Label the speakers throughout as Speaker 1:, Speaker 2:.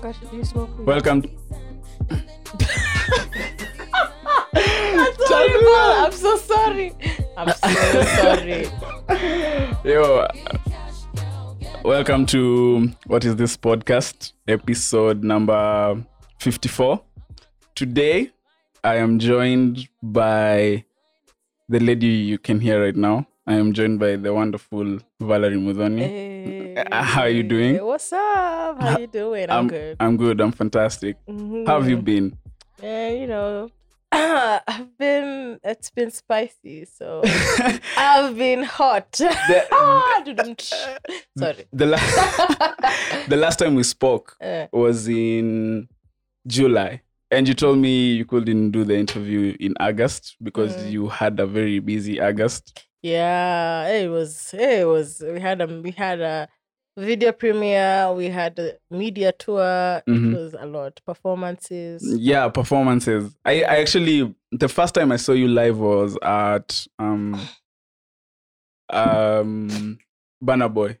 Speaker 1: Gosh, do you smoke weed?
Speaker 2: Welcome.
Speaker 1: Sorry, bro. I'm so sorry. I'm so sorry.
Speaker 2: Yo, welcome to what is this podcast? Episode number 54. Today, I am joined by the lady you can hear right now. I am joined by the wonderful Valerie Mudoni.
Speaker 1: Hey.
Speaker 2: How are you doing?
Speaker 1: What's up? How you doing? I'm, good.
Speaker 2: I'm good. I'm fantastic.
Speaker 1: Mhm.
Speaker 2: Um, How have you been?
Speaker 1: Yeah, you know, I've been. It's been spicy, so I've been hot.
Speaker 2: um,
Speaker 1: Ah, dudum, tsh. Sorry.
Speaker 2: The, la- the last time we spoke
Speaker 1: Uh,
Speaker 2: was in July. And you told me you couldn't do the interview in August because
Speaker 1: Mm.
Speaker 2: you had a very busy August.
Speaker 1: yeah, it was. It was. We had a. We had a video premiere. We had a media tour.
Speaker 2: Mhm.
Speaker 1: It was a lot. Performances.
Speaker 2: Yeah, performances. I, I actually the first time I saw you live was at um um Banner Boy.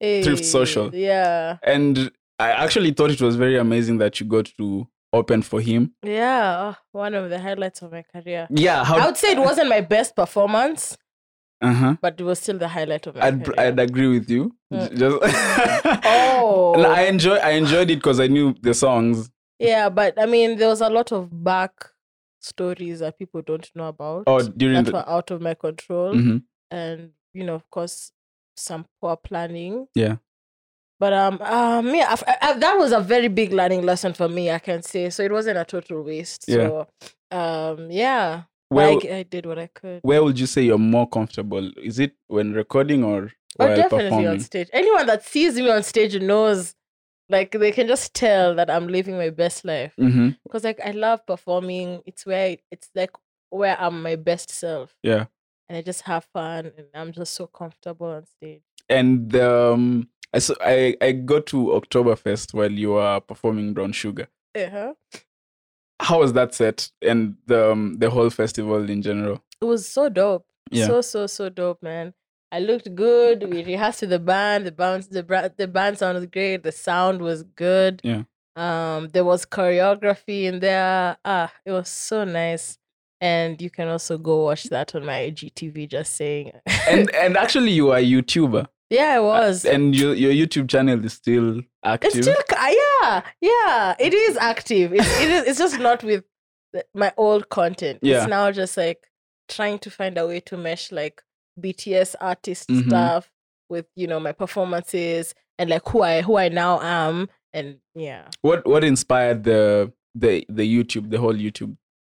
Speaker 2: Thrift Social.
Speaker 1: Hey, Yeah.
Speaker 2: And I actually thought it was very amazing that you got to open for him.
Speaker 1: Yeah. oh, One of the highlights of my career.
Speaker 2: Yeah,
Speaker 1: I
Speaker 2: how
Speaker 1: would say it wasn't my best performance,
Speaker 2: uh-huh.
Speaker 1: but it was still the highlight of my
Speaker 2: I'd
Speaker 1: career.
Speaker 2: I'd agree with you.
Speaker 1: Uh.
Speaker 2: Just
Speaker 1: oh.
Speaker 2: No, I enjoy I enjoyed it because I knew the songs.
Speaker 1: yeah, but I mean, there was a lot of back stories that people don't know about
Speaker 2: Oh, during
Speaker 1: that
Speaker 2: the
Speaker 1: were out of my control.
Speaker 2: Mhm.
Speaker 1: And, you know, of course, some poor planning.
Speaker 2: Yeah.
Speaker 1: But um, um, yeah, I've- I, I, that was a very big learning lesson for me, I can say. So it wasn't a total waste.
Speaker 2: Yeah.
Speaker 1: So, um, yeah,
Speaker 2: where
Speaker 1: but I, I did what I could.
Speaker 2: where would you say you're more comfortable? Is it when recording or
Speaker 1: Oh,
Speaker 2: while
Speaker 1: definitely on
Speaker 2: performing?
Speaker 1: stage. Anyone that sees me on stage knows, like, they can just tell that I'm living my best life.
Speaker 2: hmm
Speaker 1: Because, like, I love performing. It's where, it's like where I'm my best self.
Speaker 2: Yeah.
Speaker 1: And I just have fun and I'm just so comfortable on stage.
Speaker 2: And um, I, s- I I got to Oktoberfest while you were performing Brown Sugar.
Speaker 1: Uh-huh.
Speaker 2: How was that set and the um, the whole festival in general?
Speaker 1: It was so dope.
Speaker 2: Yeah.
Speaker 1: So, so, so dope, man. I looked good. We rehearsed with the band. The band, the, bra- the band sound was great. The sound was good.
Speaker 2: Yeah.
Speaker 1: Um, there was choreography in there. Ah, it was so nice. And you can also go watch that on my IGTV. Just saying.
Speaker 2: And and actually, you are a YouTuber, Uh,
Speaker 1: yeah, it was.
Speaker 2: and your your YouTube channel is still
Speaker 1: It's
Speaker 2: active.
Speaker 1: still, ca- yeah, yeah. It is active. It's it is. It's just not with the- my old content.
Speaker 2: Yeah.
Speaker 1: It's now just like trying to find a way to mesh like BTS artist
Speaker 2: Mhm.
Speaker 1: stuff with you know my performances and like who I who I now am and yeah.
Speaker 2: what what inspired the the the YouTube the whole YouTube,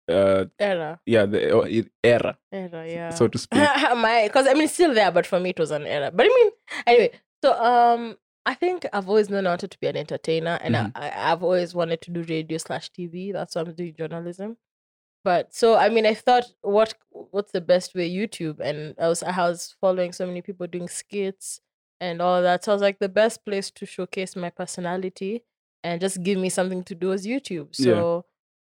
Speaker 2: uh,
Speaker 1: Era,
Speaker 2: yeah, the uh, era
Speaker 1: era, yeah.
Speaker 2: so to speak. Eh,
Speaker 1: my because I mean it's still there, but for me it was an error. But I mean anyway, so um I think I've always known I wanted to be an entertainer and
Speaker 2: Mhm.
Speaker 1: I, I, I've always wanted to do radio slash TV. That's why I'm doing journalism. But so I mean I thought what what's the best way YouTube and I was I was following so many people doing skits and all that. So I was like the best place to showcase my personality and just give me something to do is YouTube.
Speaker 2: Yeah.
Speaker 1: So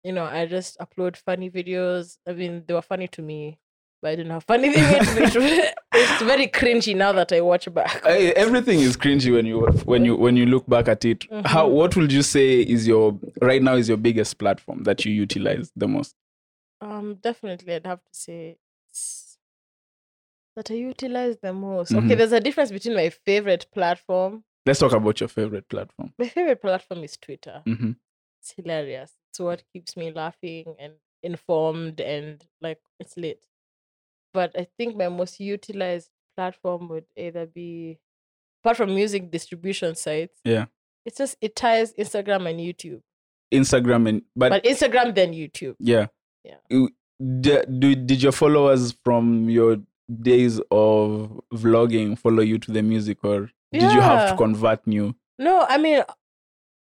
Speaker 1: you know, I just upload funny videos. I mean, they were funny to me, but I didn't have funny videos. It's- it's very cringy now that I watch back.
Speaker 2: I, everything is cringy when you when you when you look back at it. How
Speaker 1: Mhm.
Speaker 2: what would you say is your right now is your biggest platform that you utilize the most?
Speaker 1: Um, definitely, I'd have to say it's that I utilize the most. Okay,
Speaker 2: Mhm.
Speaker 1: there's a difference between my favorite platform.
Speaker 2: Let's talk about your favorite platform.
Speaker 1: My favorite platform is Twitter.
Speaker 2: hmm
Speaker 1: It's hilarious. It's what keeps me laughing and informed, and like it's lit. But I think my most utilized platform would either be, apart from music distribution sites.
Speaker 2: Yeah.
Speaker 1: It's just it ties Instagram and YouTube,
Speaker 2: Instagram and but,
Speaker 1: but Instagram then YouTube.
Speaker 2: yeah
Speaker 1: Yeah.
Speaker 2: You- d- do, did your followers from your days of vlogging follow you to the music or did you have to
Speaker 1: Yeah.
Speaker 2: convert new?
Speaker 1: No, I mean,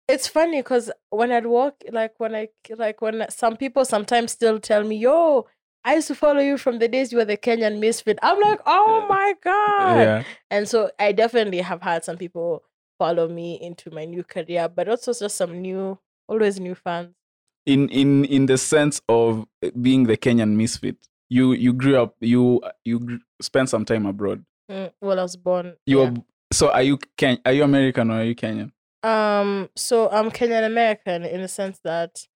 Speaker 1: it's funny because when I'd walk, like when I like when some people sometimes still tell me, "Yo, I used to follow you from the days you were the Kenyan misfit." I'm like, "Oh
Speaker 2: Uh,
Speaker 1: my god!"
Speaker 2: yeah,
Speaker 1: And so I definitely have had some people follow me into my new career, but also just some new, always new fans.
Speaker 2: in in in the sense of being the Kenyan misfit. You you grew up you you gr- spent some time abroad.
Speaker 1: Mm, well, I was born.
Speaker 2: you
Speaker 1: yeah.
Speaker 2: were b- So are you Ken? Are you American or are you Kenyan?
Speaker 1: Um, so I'm Kenyan American in the sense that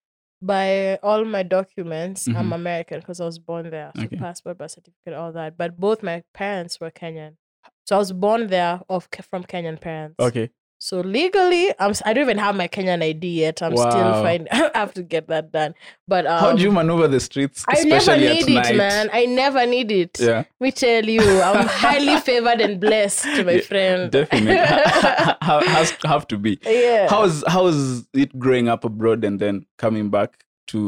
Speaker 1: by all my documents, I'm
Speaker 2: Mhm.
Speaker 1: American because I was born there. So
Speaker 2: Okay.
Speaker 1: passport, birth certificate, all that. But both my parents were Kenyan. So I was born there of Ke- from Kenyan parents.
Speaker 2: Okay.
Speaker 1: So legally, I'm s- I don't even have my Kenyan ID yet. I'm still
Speaker 2: Wow.
Speaker 1: finding. I have to get that done. But um,
Speaker 2: How do you maneuver the streets,
Speaker 1: I never
Speaker 2: especially
Speaker 1: need
Speaker 2: at night?
Speaker 1: it, man. I never need it.
Speaker 2: Yeah,
Speaker 1: Me tell you, I'm highly favored and blessed, my
Speaker 2: Yeah,
Speaker 1: friend.
Speaker 2: definitely. Ha- ha- has have to be.
Speaker 1: yeah.
Speaker 2: How's how's it growing up abroad and then coming back to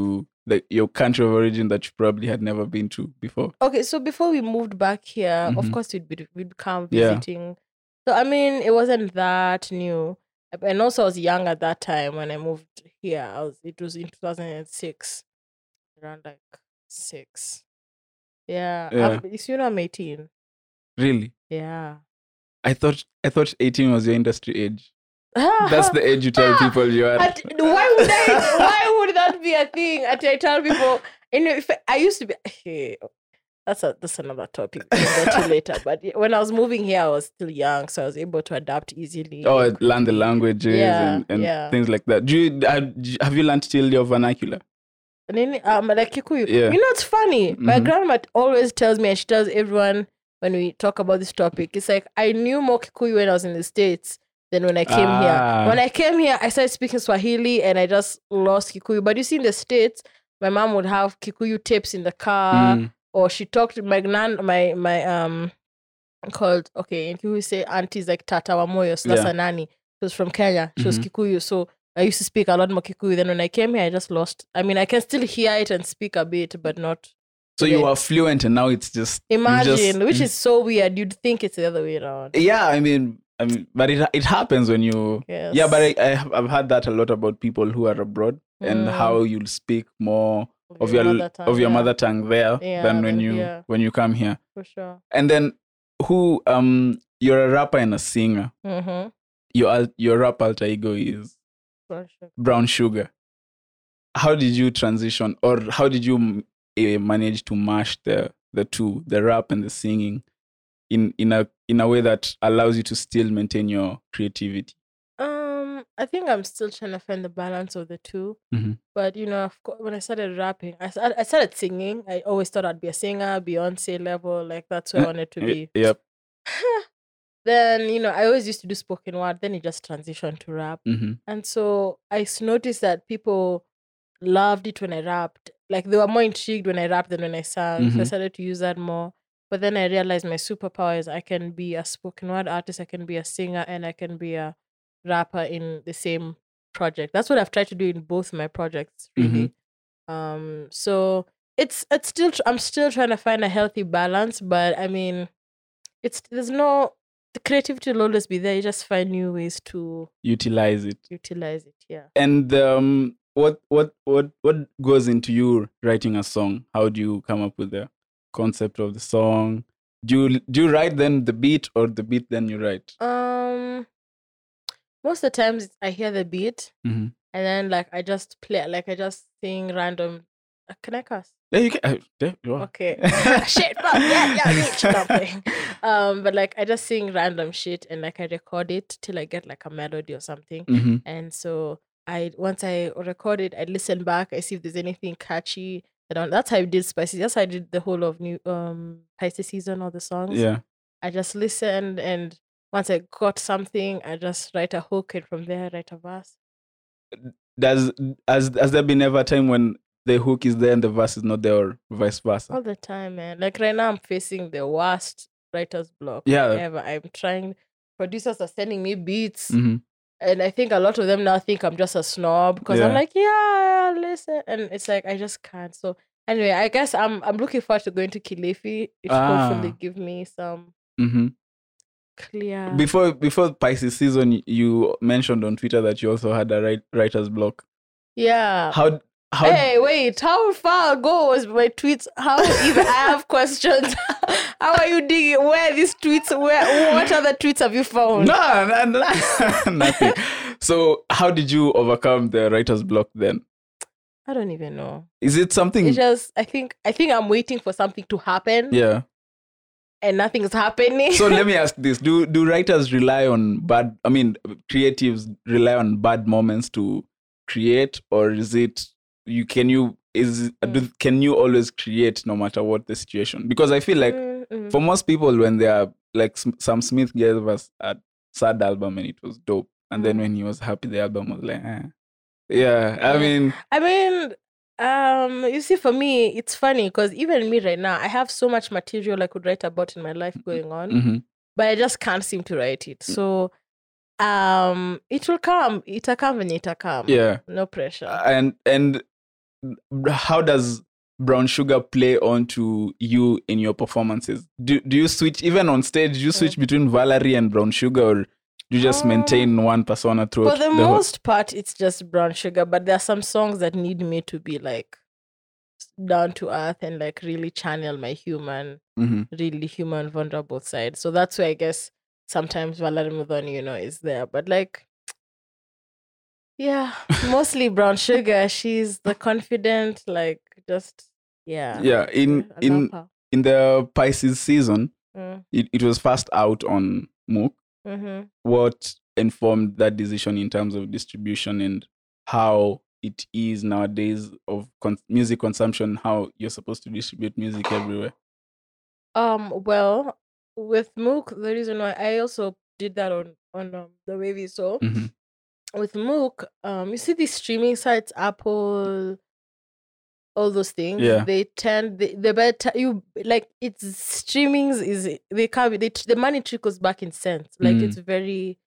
Speaker 2: the, your country of origin that you probably had never been to before?
Speaker 1: okay so before we moved back here of
Speaker 2: Mhm.
Speaker 1: course we'd be we'd come
Speaker 2: Yeah.
Speaker 1: visiting so i mean it wasn't that new and also i was young at that time when i moved here i was it was in 2006 around like six yeah,
Speaker 2: Yeah.
Speaker 1: I'm, it's, you know i'm 18
Speaker 2: Really?
Speaker 1: yeah
Speaker 2: I thought I thought 18 was your industry age. That's the age you tell people you are.
Speaker 1: At- why would I? why would that be a thing? At I tell people, and if I used to be, hey, that's a that's another topic we'll get to later. But y- when I was moving here, I was still young, so I was able to adapt easily.
Speaker 2: Oh,
Speaker 1: and
Speaker 2: learn the
Speaker 1: quickly.
Speaker 2: languages
Speaker 1: Yeah,
Speaker 2: and, and
Speaker 1: yeah.
Speaker 2: things like that. Do you uh, d- have you learned still your vernacular?
Speaker 1: And then, um, like Kikuyu.
Speaker 2: Yeah.
Speaker 1: You know, it's funny. My
Speaker 2: Mhm.
Speaker 1: grandma always tells me, and she tells everyone when we talk about this topic, it's like I knew more Kikuyu when I was in the States than when I came
Speaker 2: Ah.
Speaker 1: here. When I came here, I started speaking Swahili and I just lost Kikuyu. But you see, in the States, my mom would have Kikuyu tapes in the car,
Speaker 2: Mm.
Speaker 1: or she talked to my gran, my, my, um, called, okay, in Kikuyu say aunties like Tata Wamoyo, so that's
Speaker 2: Yeah.
Speaker 1: a nanny. She was from Kenya, she was
Speaker 2: Mhm.
Speaker 1: Kikuyu. So I used to speak a lot more Kikuyu. Then when I came here, I just lost. I mean, I can still hear it and speak a bit, but not.
Speaker 2: So you
Speaker 1: Okay.
Speaker 2: are fluent, and now it's just you just- mm.
Speaker 1: Imagine, which
Speaker 2: you-
Speaker 1: is so weird. You'd think it's the other way around.
Speaker 2: yeah. I mean, I mean, but it it happens when you
Speaker 1: Yes.
Speaker 2: yeah. But I, I have, I've heard that a lot about people who are abroad and
Speaker 1: Mm.
Speaker 2: how you'll speak more of your,
Speaker 1: mother
Speaker 2: of
Speaker 1: tongue,
Speaker 2: your
Speaker 1: yeah,
Speaker 2: mother tongue there
Speaker 1: Yeah,
Speaker 2: than when
Speaker 1: than
Speaker 2: you
Speaker 1: here.
Speaker 2: when you come here.
Speaker 1: for sure.
Speaker 2: And then who um you're a rapper and a singer.
Speaker 1: Mm-hmm.
Speaker 2: Your al- your rap alter ego is
Speaker 1: For sure.
Speaker 2: brown sugar how did you transition or how did you uh, manage to mash the the two the rap and the singing in in a in a way that allows you to still maintain your creativity
Speaker 1: Um, I think I'm still trying to find the balance of the 2
Speaker 2: Mhm.
Speaker 1: But you know, of course, when I started rapping, I, sta- I started singing. I always thought I'd be a singer, Beyonce level. Like that's where I
Speaker 2: Uh,
Speaker 1: wanted to
Speaker 2: Y-
Speaker 1: be.
Speaker 2: yep
Speaker 1: Then you know, I always used to do spoken word. Then it just transitioned to rap.
Speaker 2: Mhm.
Speaker 1: And so I s- noticed that people loved it when I rapped. Like they were more intrigued when I rapped than when I sang. So I
Speaker 2: Mhm.
Speaker 1: started to use that more. But then I realized my superpower is I can be a spoken word artist, I can be a singer, and I can be a rapper in the same project. That's what I've tried to do in both my projects, really. Um, so it's it's still tr- I'm still trying to find a healthy balance, but I mean, it's there's no the creativity will always be there. You just find new ways to
Speaker 2: utilize it
Speaker 1: utilize it. Yeah.
Speaker 2: and um what what what what goes into you writing a song how do you come up with the concept of the song do you do you write then the beat or the beat then you write
Speaker 1: Um, most of the times I hear the beat
Speaker 2: Mhm.
Speaker 1: and then like I just play, like I just sing random. Uh, Can I cuss?
Speaker 2: yeah you can uh, there you are.
Speaker 1: Okay. shit, fuck, yeah, yeah, bitch, no, I'm playing. Um, but like I just sing random shit and like I record it till I get like a melody or something.
Speaker 2: Mhm.
Speaker 1: And so I once I record it, I listen back, I see if there's anything catchy. I don't, that's how I did Spicy. That's how I did the whole of new um Pisces season, all the songs.
Speaker 2: Yeah.
Speaker 1: I just listened, and once I got something, I just write a hook, and from there, I write a verse.
Speaker 2: Does has has there been ever a time when the hook is there and the verse is not there, or vice versa?
Speaker 1: All the time, man. Like right now, I'm facing the worst writer's block
Speaker 2: Yeah.
Speaker 1: ever. I'm trying. Producers are sending me beats,
Speaker 2: hmm
Speaker 1: and I think a lot of them now think I'm just a snob because I'm
Speaker 2: Yeah.
Speaker 1: like, yeah, listen, and it's like I just can't. So anyway, I guess I'm I'm looking forward to going to Kilifi. It hopefully
Speaker 2: Ah.
Speaker 1: give me some
Speaker 2: hmm
Speaker 1: clear.
Speaker 2: Before before Pisces season, y- you mentioned on Twitter that you also had a write, writer's block.
Speaker 1: yeah.
Speaker 2: How how
Speaker 1: Uh, Hey, wait, how far ago was my tweets? How even I have questions. how are you digging? Where are these tweets? Where what other tweets have you found?
Speaker 2: no, no, no nothing. so how did you overcome the writer's block then?
Speaker 1: I don't even know.
Speaker 2: Is it something?
Speaker 1: It's just I think I think I'm waiting for something to happen.
Speaker 2: yeah.
Speaker 1: and nothing's happening.
Speaker 2: so let me ask this: Do do writers rely on bad? I mean, creatives rely on bad moments to create, or is it you? Can you is do, can you always create no matter what the situation? Because I feel like
Speaker 1: Mm, mm.
Speaker 2: for most people, when they are like S- Sam Smith gave us a sad album and it was dope, and then
Speaker 1: Mm.
Speaker 2: when he was happy, the album was like, eh. yeah. I
Speaker 1: Yeah.
Speaker 2: mean,
Speaker 1: I mean, um, you see, for me, it's funny because even me right now, I have so much material I could write about in my life going on,
Speaker 2: mhm.
Speaker 1: but I just can't seem to write it.
Speaker 2: Mm.
Speaker 1: So, um, it will come. It'll come when it'll come.
Speaker 2: yeah.
Speaker 1: No pressure.
Speaker 2: and and how does brown sugar play onto you in your performances do, do you switch even on stage do you switch between valerie and brown sugar or do you just
Speaker 1: Mm. Um,
Speaker 2: maintain one persona throughout
Speaker 1: for the,
Speaker 2: whole-
Speaker 1: most part, it's just brown sugar, but there are some songs that need me to be like s- down to earth and like really channel my human,
Speaker 2: Mhm.
Speaker 1: really human, vulnerable side. So that's why I guess sometimes Valerie Mudon, you know, is there. But like, yeah, mostly brown sugar. She's the confident, like just, yeah.
Speaker 2: yeah in
Speaker 1: I love
Speaker 2: in
Speaker 1: her.
Speaker 2: in the pisces season
Speaker 1: Mm,
Speaker 2: it, it was first out on mooc
Speaker 1: mhm.
Speaker 2: what informed that decision in terms of distribution and how it is nowadays of con- music consumption how you're supposed to distribute music everywhere
Speaker 1: Um, well, with Mook, the reason why I also did that on on um, the wavy soul.
Speaker 2: Mhm.
Speaker 1: with MOOC, um, you see these streaming sites, Apple, all those things.
Speaker 2: Yeah.
Speaker 1: They tend they, they better you like it's streamings is they can they tr- the money trickles back in cents. Like
Speaker 2: Mm.
Speaker 1: it's very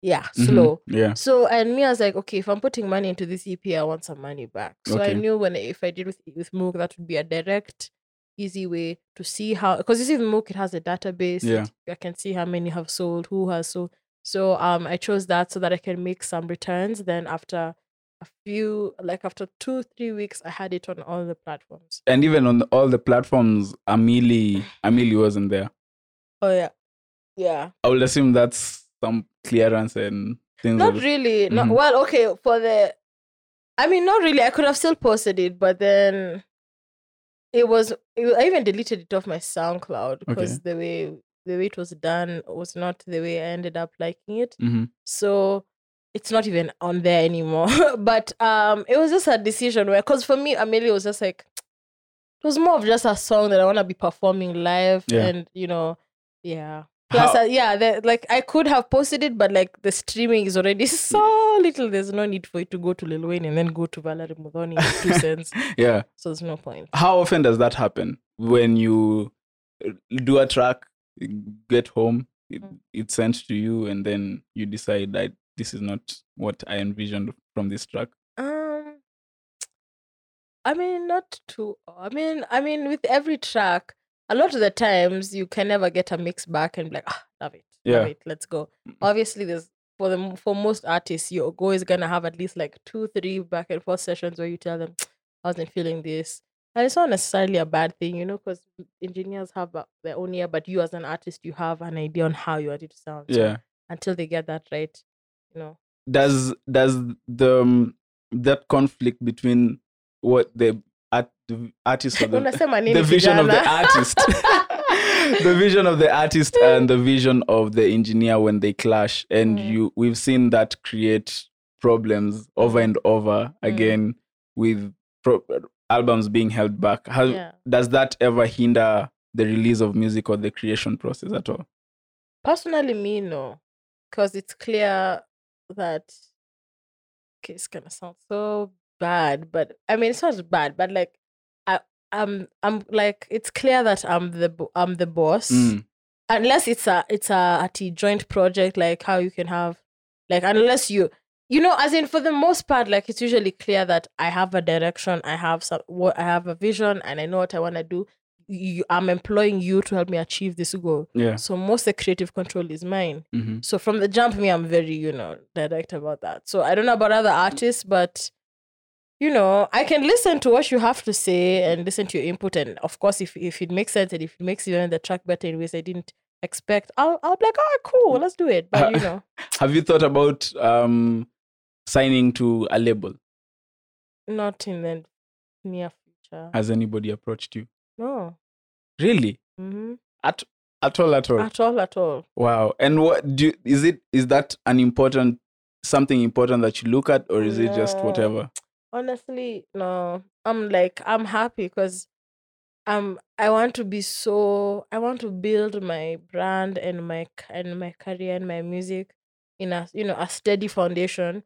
Speaker 1: yeah
Speaker 2: Mhm.
Speaker 1: slow.
Speaker 2: Yeah.
Speaker 1: So and me, I was like, okay, if I'm putting money into this EP, I want some money back. So I
Speaker 2: Okay.
Speaker 1: knew when if I did with with Mook, that would be a direct, easy way to see how because you see the Mook, it has a database. it-
Speaker 2: Yeah.
Speaker 1: I can see how many have sold, who has sold. So um, I chose that so that I can make some returns. Then after a few, like after two three weeks, I had it on all the platforms.
Speaker 2: And even on all the platforms, Amili Amili wasn't there.
Speaker 1: Oh yeah, yeah.
Speaker 2: I would assume that's some clearance and things.
Speaker 1: Not
Speaker 2: of-
Speaker 1: really. Mm-hmm. Not
Speaker 2: Mhm.
Speaker 1: well. Okay, for the, I mean, not really. I could have still posted it, but then it was. It, I even deleted it off my SoundCloud because the way the way it was done was not the way I ended up liking it.
Speaker 2: Mhm.
Speaker 1: So it's not even on there anymore. but um, it was just a decision where, because for me, Amelia was just like, it was more of just a song that I want to be performing live,
Speaker 2: Yeah.
Speaker 1: and you know, yeah. Plus,
Speaker 2: How-
Speaker 1: uh, yeah, the, like I could have posted it, but like the streaming is already so little. There's no need for it to go to Lil Wayne and then go to Valerie Mudoni in two cents.
Speaker 2: yeah.
Speaker 1: So there's no point.
Speaker 2: How often does that happen when you uh, do a track, get home, it,
Speaker 1: Mm.
Speaker 2: it's sent to you, and then you decide that this is not what I envisioned from this track?
Speaker 1: Um, I mean, not too. I mean, I mean, with every track, a lot of the times you can never get a mix back and be like, ah, love it,
Speaker 2: Yeah.
Speaker 1: love it, let's go. Obviously, there's for the m- for most artists, you're always gonna have at least like two, three back and forth sessions where you tell them, I wasn't feeling this, and it's not necessarily a bad thing, you know, because engineers have a- their own ear, but you as an artist, you have an idea on how you want it to sound. So
Speaker 2: Yeah.
Speaker 1: until they get that right, you know.
Speaker 2: Does does the um, that conflict between what the art the artist or the
Speaker 1: Unasema nini
Speaker 2: the vision of the
Speaker 1: kijana?
Speaker 2: artist the vision of the artist and the vision of the engineer when they clash and
Speaker 1: Mm.
Speaker 2: you we've seen that create problems over and over
Speaker 1: Mm.
Speaker 2: again with pro- albums being held back How,
Speaker 1: yeah.
Speaker 2: does that ever hinder the release of music or the creation process at all
Speaker 1: Personally, me no, because it's clear that okay, it's gonna sound so bad, but I mean, it's not bad, but like, I, I'm, I'm like, it's clear that I'm the, bo- I'm the boss,
Speaker 2: Mm,
Speaker 1: unless it's a, it's a, at a joint project, like how you can have, like, unless you, you know, as in for the most part, like it's usually clear that I have a direction, I have some, what I have a vision, and I know what I wanna do. You, I'm employing you to help me achieve this goal.
Speaker 2: yeah
Speaker 1: So most of the creative control is mine.
Speaker 2: mhm.
Speaker 1: So from the jump, me, I'm very, you know, direct about that. So I don't know about other artists, but you know, I can listen to what you have to say and listen to your input. And of course, if if it makes sense and if it makes you learn the track better in ways I didn't expect, I'll I'll be like, oh, cool, let's do it. But you know,
Speaker 2: have you thought about um signing to a label
Speaker 1: not in the near future.
Speaker 2: Uh, has anybody approached you
Speaker 1: No,
Speaker 2: really
Speaker 1: hmm
Speaker 2: At at all, at all.
Speaker 1: At all, at all.
Speaker 2: wow. And what do you, is it? Is that an important something important that you look at, or is it just
Speaker 1: No.
Speaker 2: whatever?
Speaker 1: Honestly, no. I'm like I'm happy because um I want to be so I want to build my brand and my c- and my career and my music in a you know a steady foundation,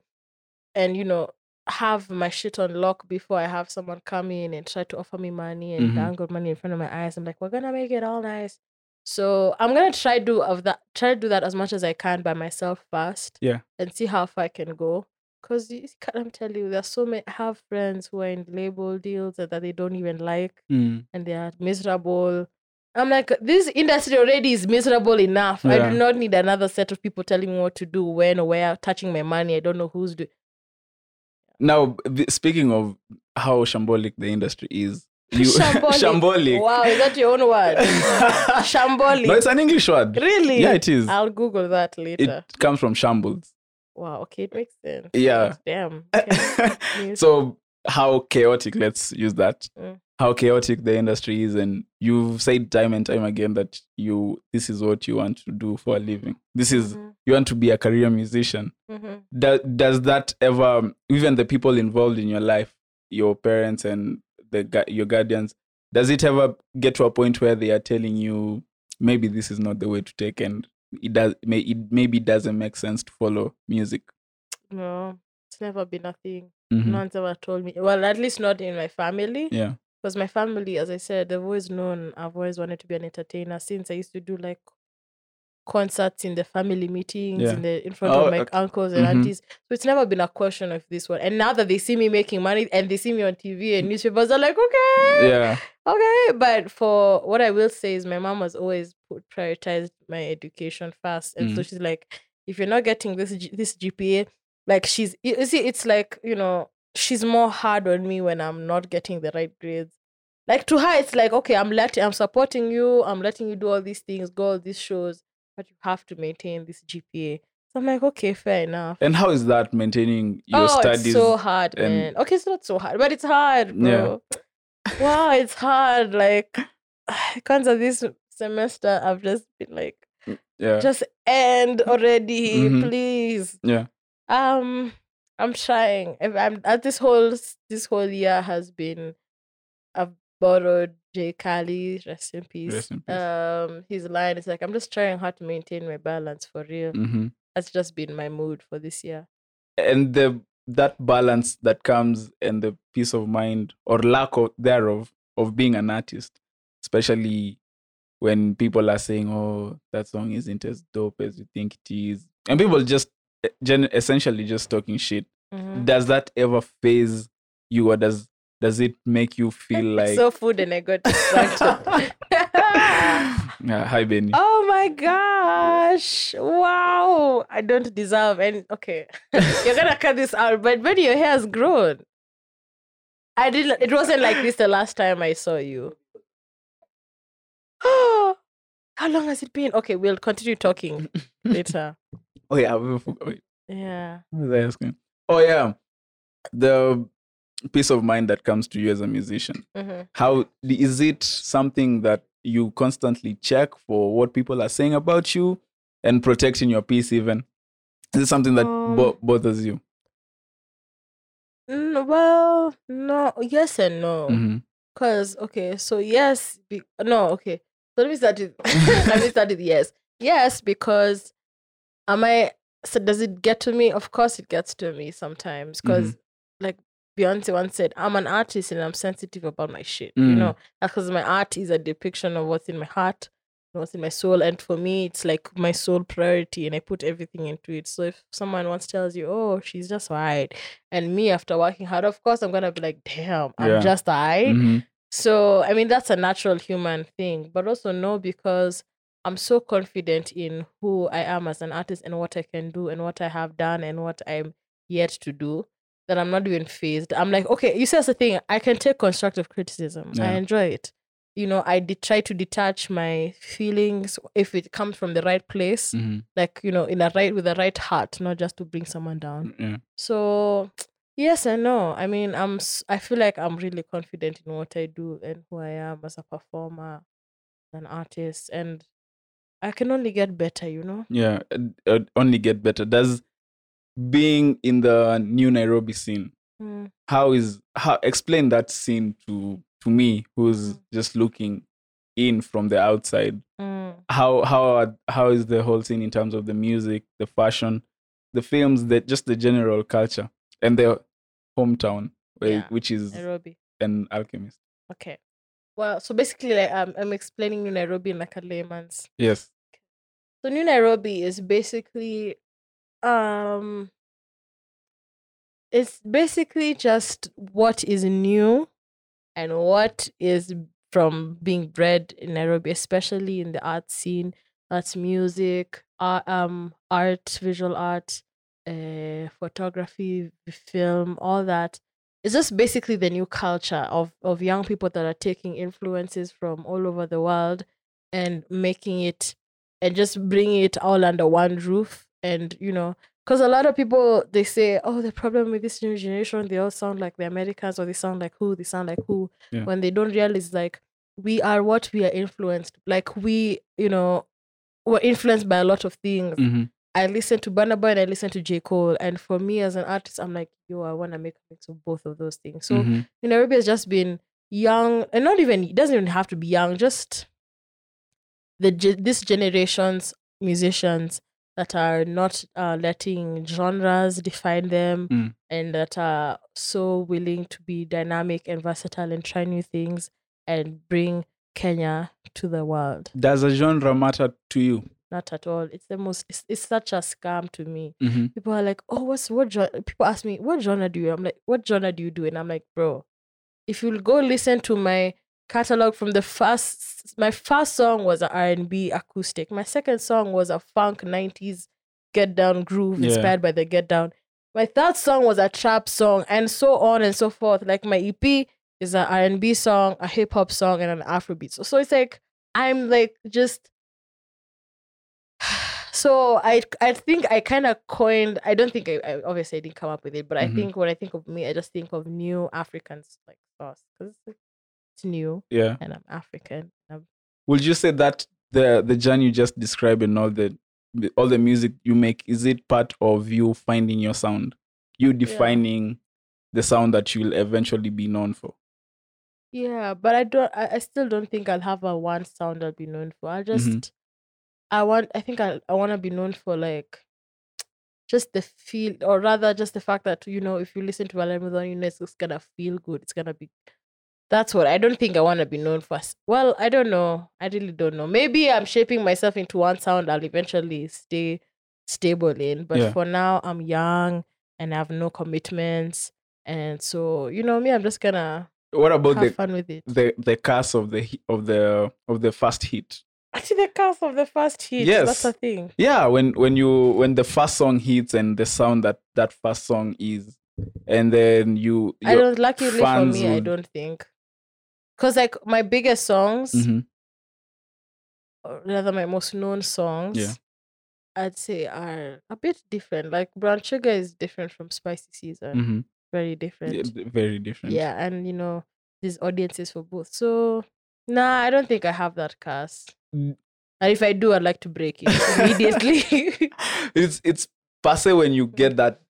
Speaker 1: and you know have my shit on lock before I have someone come in and try to offer me money and
Speaker 2: Mhm.
Speaker 1: dangle money in front of my eyes. I'm like, we're gonna make it all nice. So I'm gonna try do of that try to do that as much as I can by myself first.
Speaker 2: Yeah.
Speaker 1: And see how far I can go. Cause you, I'm telling you, there's so many I have friends who are in label deals that, that they don't even like
Speaker 2: Mm.
Speaker 1: and they are miserable. I'm like, this industry already is miserable enough. I
Speaker 2: Yeah.
Speaker 1: do not need another set of people telling me what to do, when or where, touching my money. I don't know who's doing.
Speaker 2: Now, b- speaking of how shambolic the industry is, you shambolic.
Speaker 1: Wow, is that your own word? shambolic.
Speaker 2: No, it's an English word.
Speaker 1: really?
Speaker 2: Yeah, it is.
Speaker 1: I'll Google that
Speaker 2: it
Speaker 1: later.
Speaker 2: comes from shambles.
Speaker 1: wow, okay, it makes sense.
Speaker 2: Yeah.
Speaker 1: Damn. Okay. Yes.
Speaker 2: so how chaotic let's use that
Speaker 1: Mm.
Speaker 2: how chaotic the industry is and you've said time and time again that you this is what you want to do for a living this is
Speaker 1: Mhm,
Speaker 2: you want to be a career musician
Speaker 1: mhm.
Speaker 2: Do, does that ever um, even the people involved in your life your parents and the gu- your guardians does it ever get to a point where they are telling you maybe this is not the way to take and it does may it maybe doesn't make sense to follow music
Speaker 1: No, it's never been a thing.
Speaker 2: Mhm.
Speaker 1: No one's ever told me. Well, at least not in my family.
Speaker 2: yeah
Speaker 1: because my family, as I said, they've always known I've always wanted to be an entertainer since I used to do like concerts in the family meetings
Speaker 2: Yeah.
Speaker 1: in the in front
Speaker 2: Oh,
Speaker 1: of my
Speaker 2: okay.
Speaker 1: uncles and
Speaker 2: Mhm.
Speaker 1: aunties. So it's never been a question of this one. And now that they see me making money and they see me on TV and newspapers, they're like, okay,
Speaker 2: yeah
Speaker 1: okay. But for what I will say is, my mom has always put, prioritized my education first, and so she's like, if you're not getting this G- this GPA, like she's you you see, it's like you know, she's more hard on me when I'm not getting the right grades. Like to her, it's like, okay, I'm letting, I'm supporting you, I'm letting you do all these things, go all these shows, but you have to maintain this GPA. So I'm like, okay, fair enough.
Speaker 2: And how is that maintaining your
Speaker 1: oh,
Speaker 2: studies?
Speaker 1: it's so hard,
Speaker 2: and-
Speaker 1: man. Okay, it's not so hard, but it's hard,
Speaker 2: Yeah.
Speaker 1: bro. wow, it's hard. Like, because of this semester, I've just been like,
Speaker 2: yeah.
Speaker 1: just end already,
Speaker 2: Mhm.
Speaker 1: please.
Speaker 2: Yeah.
Speaker 1: Um, I'm trying. If I'm at this whole s- this whole year has been, I've borrowed Jay Kali, rest in peace.
Speaker 2: Rest in peace.
Speaker 1: Um, his line is like, I'm just trying hard to maintain my balance for real.
Speaker 2: Mhm.
Speaker 1: That's just been my mood for this year.
Speaker 2: And the that balance that comes and the peace of mind or lack of thereof of being an artist, especially when people are saying, "Oh, that song isn't as dope as you think it is," and people just eh, gen- essentially just talking shit.
Speaker 1: Mhm.
Speaker 2: Does that ever phase you, or does does it make you feel like?
Speaker 1: so food and I got distracted.
Speaker 2: Yeah, hi Benny.
Speaker 1: oh my gosh! Wow, I don't deserve any. Okay, you're gonna cut this out, but when your hair has grown, I didn't. It wasn't like this the last time I saw you. Oh, how long has it been? Okay, we'll continue talking later.
Speaker 2: Oh yeah, we forgot- wait.
Speaker 1: Yeah.
Speaker 2: What was I asking? Oh yeah, the peace of mind that comes to you as a musician.
Speaker 1: hmm
Speaker 2: How is it something that you constantly check for what people are saying about you and protecting your peace? Even is it something that bo-
Speaker 1: Um,
Speaker 2: bothers you?
Speaker 1: Mm, well, no. Yes and no.
Speaker 2: Mhm.
Speaker 1: Cause okay, so yes, be- no, okay. So let me start with let me start with yes, yes, because am I? So does it get to me? Of course, it gets to me sometimes. because
Speaker 2: Mm-hmm.
Speaker 1: like Beyonce once said, I'm an artist and I'm sensitive about my shit. You
Speaker 2: Mm.
Speaker 1: know, because my art is a depiction of what's in my heart, and what's in my soul, and for me, it's like my sole priority, and I put everything into it. So if someone once tells you, "Oh, she's just white," and me after working hard, of course, I'm gonna be like, "Damn, I'm
Speaker 2: Yeah.
Speaker 1: just white."
Speaker 2: Mhm.
Speaker 1: So, I mean, that's a natural human thing, but also no, because I'm so confident in who I am as an artist and what I can do and what I have done and what I'm yet to do that I'm not even phased. I'm like, okay, you see, that's the thing. I can take constructive criticism, I
Speaker 2: Yeah.
Speaker 1: enjoy it. You know, I de- try to detach my feelings if it comes from the right place,
Speaker 2: Mhm.
Speaker 1: like, you know, in a right, with the right heart, not just to bring someone down.
Speaker 2: mm-hmm. Yeah.
Speaker 1: So yes and no. I mean, I'm. s- I feel like I'm really confident in what I do and who I am as a performer. an artist, and I can only get better, you know.
Speaker 2: Yeah, and, uh, only get better. Does being in the new Nairobi scene,
Speaker 1: Mm.
Speaker 2: how is how explain that scene to to me who's
Speaker 1: Mm.
Speaker 2: just looking in from the outside?
Speaker 1: Mm.
Speaker 2: How how are, how is the whole scene in terms of the music, the fashion, the films, that just the general culture and their hometown, where,
Speaker 1: Yeah,
Speaker 2: which is
Speaker 1: Nairobi.
Speaker 2: an alchemist.
Speaker 1: Okay. Well, so basically, like, um, I'm explaining New Nairobi in like a layman's
Speaker 2: Yes.
Speaker 1: So New Nairobi is basically um it's basically just what is new and what is from being bred in Nairobi, especially in the art scene. That's music, art, um, art, visual art, uh, photography, film, all that. It's just basically the new culture of of young people that are taking influences from all over the world and making it and just bring it all under one roof and you know because a lot of people they say oh the problem with this new generation they all sound like the americans or they sound like who they sound like who
Speaker 2: Yeah.
Speaker 1: when they don't realize like we are what we are influenced like we you know were influenced by a lot of things
Speaker 2: Mm-hmm.
Speaker 1: i listen to Burna Boy and i listen to j cole and for me as an artist i'm like yo i want to make a mix of both of those things so
Speaker 2: Mm-hmm.
Speaker 1: you know, Nairobi has just been young, and not even it doesn't even have to be young. Just the ge- this generation's musicians that are not uh, letting genres define them,
Speaker 2: Mm.
Speaker 1: and that are so willing to be dynamic and versatile and try new things and bring Kenya to the world.
Speaker 2: Does a genre matter to you?
Speaker 1: Not at all. It's the most. It's, it's such a scam to me.
Speaker 2: Mm-hmm.
Speaker 1: People are like, "Oh, what's what?" Genre? People ask me, "What genre do you?" I'm like, "What genre do you do?" And I'm like, "Bro, if you'll go listen to my catalog from the first my first song was an R&B acoustic. My second song was a funk 90s get down groove
Speaker 2: Yeah.
Speaker 1: inspired by the get down. My third song was a trap song and so on and so forth. Like my E EP is an R&B song, a hip hop song and an afrobeat. So, so it's like I'm like just so I I think I kind of coined I don't think I, I obviously I didn't come up with it but
Speaker 2: Mhm.
Speaker 1: I think when I think of me I just think of new Africans like us because it's new
Speaker 2: Yeah.
Speaker 1: and I'm African I'm
Speaker 2: Would you say that the the genre you just described and all the the- all the music you make is it part of you finding your sound, you defining the sound that you will eventually be known for?
Speaker 1: Yeah, but I don't. I, I still don't think I'll have a one sound I'll be known for. I just,
Speaker 2: Mm-hmm.
Speaker 1: I want. I think I I want to be known for like, just the feel, or rather, just the fact that you know, if you listen to Alamudon, you know, it's, it's gonna feel good. It's gonna be. That's what I don't think I want to be known for. s- Well, I don't know. I really don't know. Maybe I'm shaping myself into one sound I'll eventually stay stable in. But
Speaker 2: Yeah.
Speaker 1: for now, I'm young and I have no commitments, and so you know me, I'm just gonna
Speaker 2: What about
Speaker 1: have
Speaker 2: the
Speaker 1: fun with it.
Speaker 2: the the curse of the hi- of the of the first hit?
Speaker 1: Actually, the cast of the first hit.
Speaker 2: Yes.
Speaker 1: That's a thing.
Speaker 2: Yeah, when when you when the first song hits and the sound that that first song is, and then you
Speaker 1: I
Speaker 2: your-
Speaker 1: don't luckily for
Speaker 2: fans
Speaker 1: me, I
Speaker 2: would-
Speaker 1: don't think. Cause like my biggest songs,
Speaker 2: Mhm.
Speaker 1: or rather my most known songs, I'd say are a bit different. Like Brown Sugar is different from Spicy Season.
Speaker 2: Mhm.
Speaker 1: Very
Speaker 2: Yeah,
Speaker 1: different.
Speaker 2: d- very different.
Speaker 1: Yeah, and you know, there's audiences for both. So nah, I don't think I have that cast.
Speaker 2: Mm.
Speaker 1: And if I do, I'd like to break it immediately.
Speaker 2: it's it's passe when you get that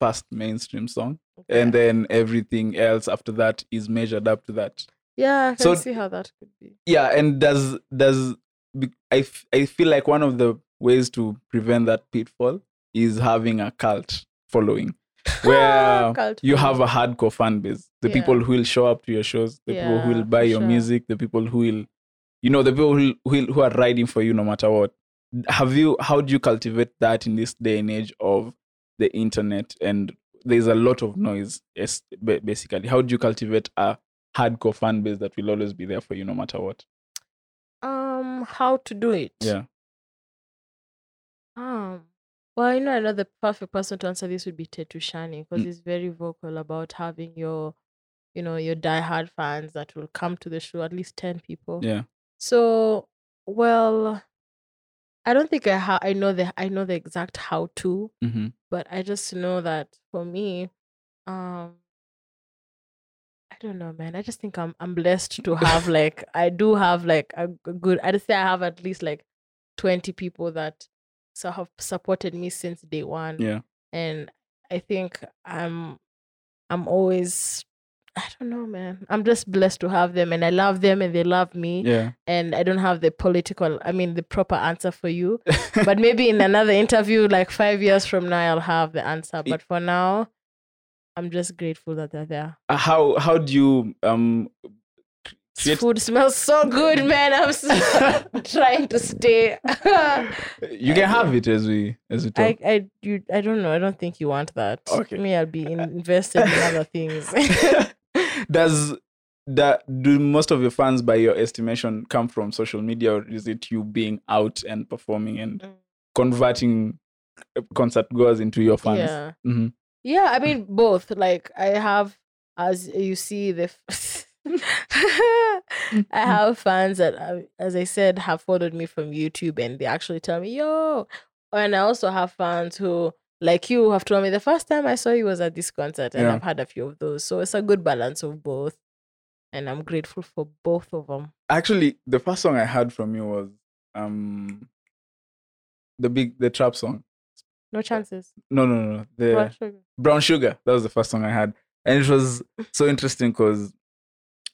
Speaker 2: first mainstream song and
Speaker 1: yeah,
Speaker 2: then everything else after that is measured up to that
Speaker 1: yeah, I can
Speaker 2: So-
Speaker 1: see how that could be.
Speaker 2: yeah and does does be- I, f- I feel like one of the ways to prevent that pitfall is having a cult following where
Speaker 1: Cult
Speaker 2: you have
Speaker 1: following.
Speaker 2: a hardcore fan base the
Speaker 1: Yeah.
Speaker 2: people who will show up to your shows the people who
Speaker 1: Yeah,
Speaker 2: will buy
Speaker 1: for
Speaker 2: your
Speaker 1: sure.
Speaker 2: music the people who will you know the people who, who, who are riding for you no matter what have you how do you cultivate that in this day and age of the internet and there's a lot of noise yes, ba- basically how do you cultivate a hardcore fan base that will always be there for you no matter what
Speaker 1: Um, how to do it?
Speaker 2: yeah
Speaker 1: Um, well, you know, another perfect person to answer this would be Tetu Shani because
Speaker 2: Mm.
Speaker 1: he's very vocal about having your, you know, your diehard fans that will come to the show, at least 10 people.
Speaker 2: yeah
Speaker 1: So, well, I don't think I ha- I know the I know the exact how to,
Speaker 2: hmm
Speaker 1: but I just know that for me, um, I I don't know, man. I just think I'm I'm blessed to have like I do have like a g- good. I'd say I have at least like twenty people that so have supported me since day one,
Speaker 2: Yeah.
Speaker 1: and I think I'm I'm always I don't know, man. I'm just blessed to have them, and I love them, and they love me,
Speaker 2: Yeah.
Speaker 1: and I don't have the political. I mean, the proper answer for you, but maybe in another interview, like five years from now, I'll have the answer. But for now, I'm just grateful that they're there.
Speaker 2: Uh, how how do you um create
Speaker 1: Food smells so good, man. I'm s- trying to stay. I,
Speaker 2: you can have it as we as we talk.
Speaker 1: I, you, I don't know. I don't think you want that.
Speaker 2: Okay.
Speaker 1: Me, I'll be in- invested in other things.
Speaker 2: Does that do most of your fans by your estimation come from social media or is it you being out and performing and
Speaker 1: Mm.
Speaker 2: converting uh, concert goers into your fans?
Speaker 1: Yeah.
Speaker 2: Mhm.
Speaker 1: Yeah. I mean, both. Like, I have, as you see, the. F-
Speaker 2: Mm,
Speaker 1: I have fans that, uh, as I said, have followed me from YouTube and they actually tell me, yo. And I also have fans who, like you, have told me the first time I saw you was at this concert. And
Speaker 2: Yeah.
Speaker 1: I've had a few of those. So it's a good balance of both. And I'm grateful for both of them.
Speaker 2: Actually, the first song I heard from you was um the big the trap song.
Speaker 1: No chances.
Speaker 2: No, no, no, no. The
Speaker 1: Brown sugar.
Speaker 2: Brown Sugar. That was the first song I had. And it was so interesting because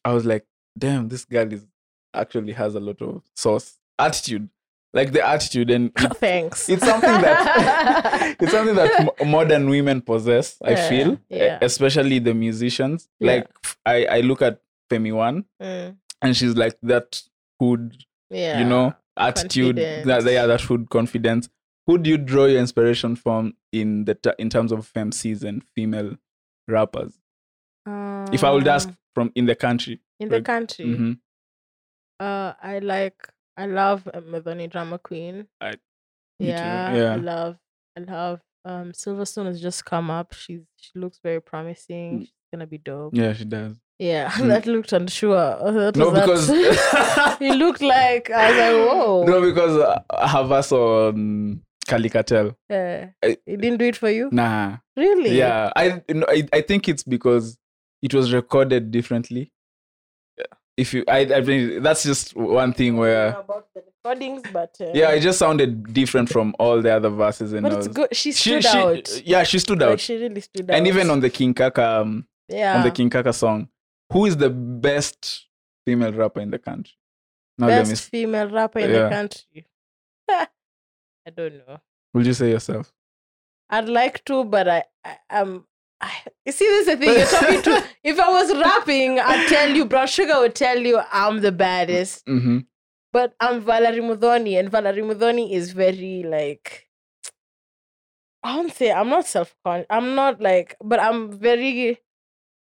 Speaker 2: I was like, damn, this girl is actually has a lot of sauce. Attitude. Like the attitude and it-
Speaker 1: Thanks. Mm,
Speaker 2: it's something that it's something that mo- modern women possess, I
Speaker 1: Yeah,
Speaker 2: feel. e-
Speaker 1: yeah.
Speaker 2: Especially the musicians.
Speaker 1: Yeah.
Speaker 2: Like f- I, I look at Femi One
Speaker 1: Mm,
Speaker 2: and she's like that hood,
Speaker 1: yeah.
Speaker 2: you know, attitude. That
Speaker 1: confidence.
Speaker 2: they are that hood confidence. Who do you draw your inspiration from in the t- in terms of MCs and female rappers? if I would ask
Speaker 1: Um,
Speaker 2: from in the country.
Speaker 1: In the
Speaker 2: like,
Speaker 1: country,
Speaker 2: Mhm.
Speaker 1: uh, I like, I love uh, Madonna Drama Queen.
Speaker 2: Me too,
Speaker 1: yeah,
Speaker 2: yeah.
Speaker 1: I love, I love. Um, Silverstone has just come up. She's she looks very promising.
Speaker 2: Mm.
Speaker 1: She's gonna be dope.
Speaker 2: Yeah, she does.
Speaker 1: Yeah,
Speaker 2: Mm.
Speaker 1: that looked unsure. Uh, that
Speaker 2: No,
Speaker 1: was that-
Speaker 2: because
Speaker 1: it looked like I was like, whoa.
Speaker 2: no, because uh, I have us on Calicatel.
Speaker 1: Yeah.
Speaker 2: I-
Speaker 1: it didn't do it for you,
Speaker 2: Nah,
Speaker 1: really?
Speaker 2: yeah, I, you know, I I think it's because it was recorded differently. If you, I, I mean, that's just one thing
Speaker 1: I don't
Speaker 2: where
Speaker 1: know about the recordings, but uh,
Speaker 2: yeah, it just sounded different from all the other verses and
Speaker 1: but
Speaker 2: all.
Speaker 1: it's good. She
Speaker 2: She,
Speaker 1: stood
Speaker 2: she,
Speaker 1: out.
Speaker 2: yeah, she stood
Speaker 1: Like,
Speaker 2: out,
Speaker 1: she really stood out.
Speaker 2: and even on the King Kaka, um,
Speaker 1: yeah,
Speaker 2: on the King Kaka song, who is the best female rapper in the country? Now let
Speaker 1: best
Speaker 2: me s-
Speaker 1: female rapper in
Speaker 2: Yeah.
Speaker 1: the country. I don't know.
Speaker 2: Will you say yourself?
Speaker 1: I'd like to, but I, I um, I, you see, this is the thing you're talking to. If I was rapping, I'd tell you, Brown Sugar would tell you I'm the baddest.
Speaker 2: Mm-hmm.
Speaker 1: But I'm Valerie Mudhoni, and Valerie Mudhoni is very like. I won't say I'm not self conscious. I'm not like, but I'm very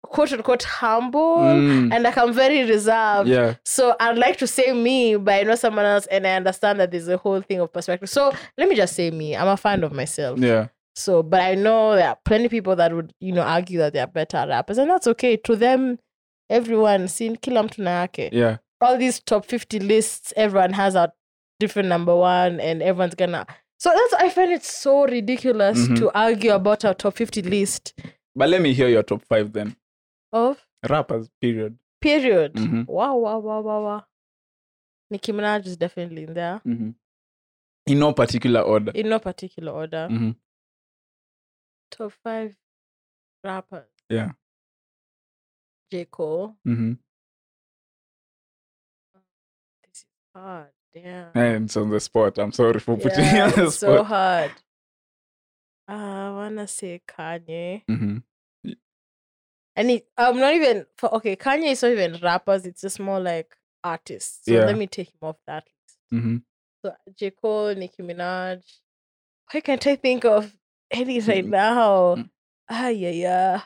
Speaker 1: quote unquote humble, and like I'm very reserved.
Speaker 2: Mm. yeah.
Speaker 1: So I'd like to say me, but I know someone else, and I understand that there's a whole thing of perspective. So let me just say me. I'm a fan of myself.
Speaker 2: Yeah.
Speaker 1: So, but I know there are plenty of people that would, you know, argue that they are better rappers, and that's okay. To them, everyone seen kila mtu na yake.
Speaker 2: Yeah.
Speaker 1: All these top fifty lists, everyone has a different number one, and everyone's gonna. So that's I find it so ridiculous
Speaker 2: Mhm.
Speaker 1: to argue about a top fifty list
Speaker 2: But let me hear your top five then.
Speaker 1: of
Speaker 2: Rappers, period.
Speaker 1: period.
Speaker 2: Mhm.
Speaker 1: Wow, wow, wow, wow, wow. Nicki Minaj is definitely in there
Speaker 2: Mm-hmm. In no particular order.
Speaker 1: in no particular order.
Speaker 2: Mhm.
Speaker 1: Top five rappers.
Speaker 2: Yeah.
Speaker 1: J Cole.
Speaker 2: Mm-hmm.
Speaker 1: This is hard. Damn.
Speaker 2: And it's on the spot. I'm sorry for putting you
Speaker 1: Yeah,
Speaker 2: on the
Speaker 1: it's so
Speaker 2: spot.
Speaker 1: hard. Uh, I wanna say Kanye.
Speaker 2: hmm
Speaker 1: And it, I'm not even for okay. Kanye is not even rappers. It's just more like artists. So
Speaker 2: Yeah.
Speaker 1: let me take him off that list.
Speaker 2: hmm
Speaker 1: So J Cole, Nicki Minaj. Why can't I think of any right
Speaker 2: Mm.
Speaker 1: now?
Speaker 2: Mm.
Speaker 1: Ah yeah yeah.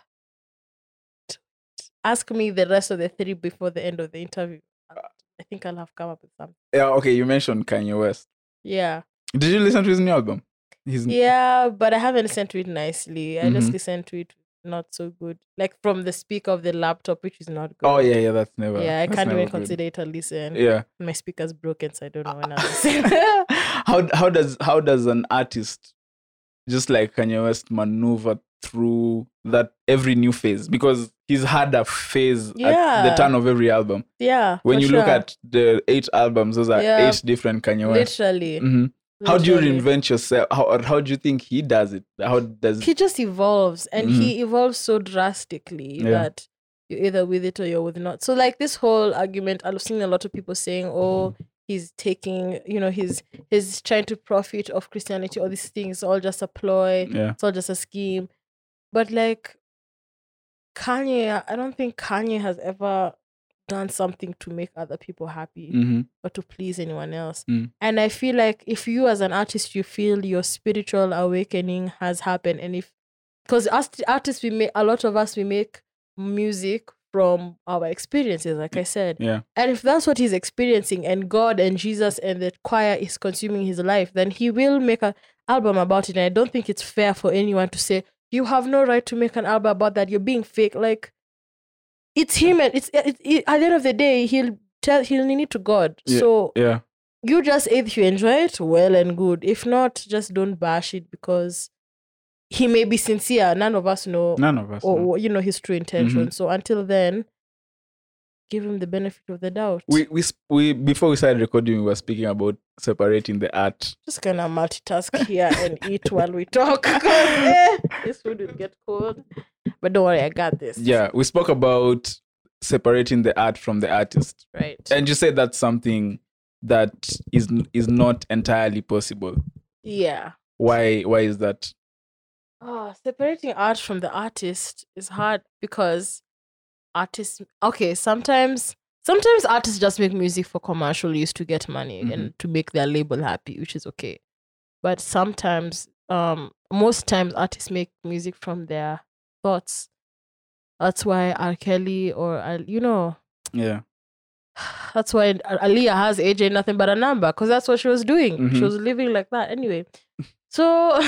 Speaker 1: Ask me the rest of the three before the end of the interview.
Speaker 2: Ah.
Speaker 1: I'll- I think I'll have come up with something.
Speaker 2: Yeah. Okay. You mentioned Kanye West.
Speaker 1: Yeah.
Speaker 2: Did you listen to his new album? His
Speaker 1: Yeah, but I haven't listened to it nicely. I just
Speaker 2: Mhm.
Speaker 1: listened to it not so good. Like from the speaker of the laptop, which is not good.
Speaker 2: Oh yeah, yeah. That's never.
Speaker 1: Yeah, I
Speaker 2: that's
Speaker 1: can't
Speaker 2: never
Speaker 1: even
Speaker 2: good.
Speaker 1: consider it a listen.
Speaker 2: Yeah.
Speaker 1: My speaker's broken, so I don't know when I'll listen.
Speaker 2: how how does how does an artist just like Kanye West maneuver through that every new phase because he's had a phase at
Speaker 1: Yeah.
Speaker 2: the turn of every album.
Speaker 1: Yeah.
Speaker 2: When
Speaker 1: for
Speaker 2: you
Speaker 1: sure.
Speaker 2: look at the eight albums, those are
Speaker 1: Yeah.
Speaker 2: eight different Kanye West.
Speaker 1: literally,
Speaker 2: hmm How do you
Speaker 1: literally.
Speaker 2: reinvent yourself? How or how do you think he does it? How does
Speaker 1: He just evolves, and he evolves so drastically
Speaker 2: Yeah.
Speaker 1: that you're either with it or you're with not. So, like this whole argument, I've seen a lot of people saying, "Oh, he's taking, you know, he's he's trying to profit off Christianity. All these things, all just a ploy.
Speaker 2: yeah
Speaker 1: It's all just a scheme." But like Kanye, I don't think Kanye has ever done something to make other people happy
Speaker 2: hmm
Speaker 1: or to please anyone else.
Speaker 2: Mm.
Speaker 1: And I feel like if you as an artist you feel your spiritual awakening has happened and if because us artists we make a lot of us we make music from our experiences like I said.
Speaker 2: yeah
Speaker 1: And if that's what he's experiencing and God and Jesus and the choir is consuming his life then he will make an album about it and I don't think it's fair for anyone to say you have no right to make an album about that you're being fake like it's him and it's it, it, at the end of the day he'll tell he'll need to god
Speaker 2: Yeah.
Speaker 1: so
Speaker 2: yeah
Speaker 1: you just if you enjoy it well and good if not just don't bash it because he may be sincere none of us know
Speaker 2: none of us
Speaker 1: or,
Speaker 2: know. Mm-hmm.
Speaker 1: you know his true intention so until then give him the benefit of the doubt
Speaker 2: we we sp- we before we started recording we were speaking about separating the art
Speaker 1: just kind of multitask here and eat while we talk 'cause, eh, this food will get cold but don't worry i got this
Speaker 2: yeah we spoke about separating the art from the artist
Speaker 1: right
Speaker 2: and you said that's something that is is not entirely possible
Speaker 1: yeah
Speaker 2: why why is that
Speaker 1: Oh, separating art from the artist is hard because artists okay, sometimes sometimes artists just make music for commercial use to get money
Speaker 2: Mhm.
Speaker 1: and to make their label happy, which is okay. But sometimes um most times artists make music from their thoughts. That's why R. Kelly or uh, you know
Speaker 2: yeah
Speaker 1: that's why A- Aaliyah has AJ nothing but a number because that's what she was doing. She
Speaker 2: Mhm.
Speaker 1: was living like that anyway. So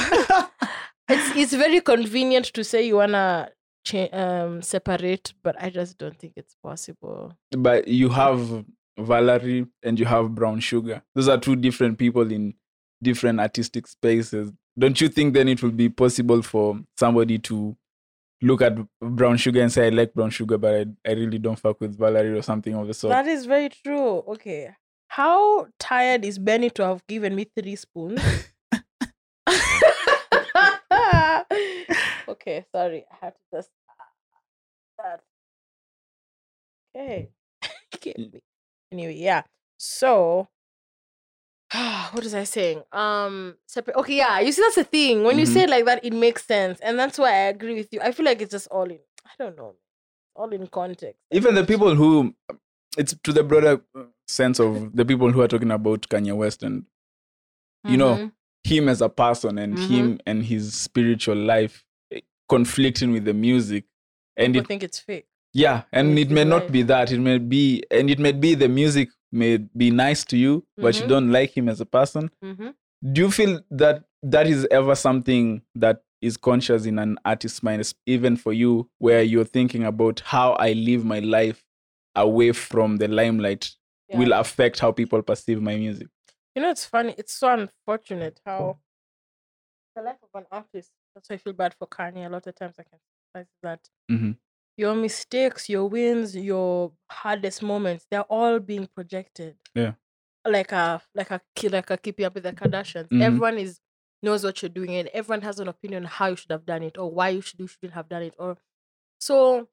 Speaker 1: it's it's very convenient to say you wanna cha- um separate, but I just don't think it's possible.
Speaker 2: but you have valerie and you have brown sugar those are two different people in different artistic spaces don't you think then it will be possible for somebody to look at brown sugar and say i like brown sugar but i, I really don't fuck with valerie or something of the sort
Speaker 1: that is very true. Okay, how tired is Benny to have given me three spoons? okay, sorry, I had to just that. Okay, Kill me. anyway, yeah. So, what was I saying? Um, separate. Okay, yeah. You see, that's the thing. When you
Speaker 2: Mhm.
Speaker 1: say it like that, it makes sense, and that's why I agree with you. I feel like it's just all in. I don't know, all in context.
Speaker 2: even the people who it's to the broader uh, sense of the people who are talking about kanye west and you know,
Speaker 1: Mhm.
Speaker 2: him as a person and him and his spiritual life eh, conflicting with the music and
Speaker 1: people
Speaker 2: it
Speaker 1: think it's fake.
Speaker 2: Yeah, and
Speaker 1: Yes,
Speaker 2: it may
Speaker 1: you're
Speaker 2: not
Speaker 1: right.
Speaker 2: be that. It may be, and it may be the music may be nice to you, but you
Speaker 1: Mhm.
Speaker 2: don't like him as a person.
Speaker 1: Mm-hmm.
Speaker 2: Do you feel that that is ever something that is conscious in an artist's mind, es- even for you, where you're thinking about how I live my life away from the limelight will affect how people perceive my music?
Speaker 1: You know, it's funny. It's so unfortunate how the life of an artist. That's why I feel bad for Kanye. A lot of times I can realize that
Speaker 2: Mhm.
Speaker 1: your mistakes, your wins, your hardest moments, they're all being projected.
Speaker 2: Yeah.
Speaker 1: Like a like a ki- like a keeping up with the Kardashians.
Speaker 2: Mhm.
Speaker 1: Everyone is knows what you're doing, and everyone has an opinion on how you should have done it, or why you should you shouldn't have done it, or so.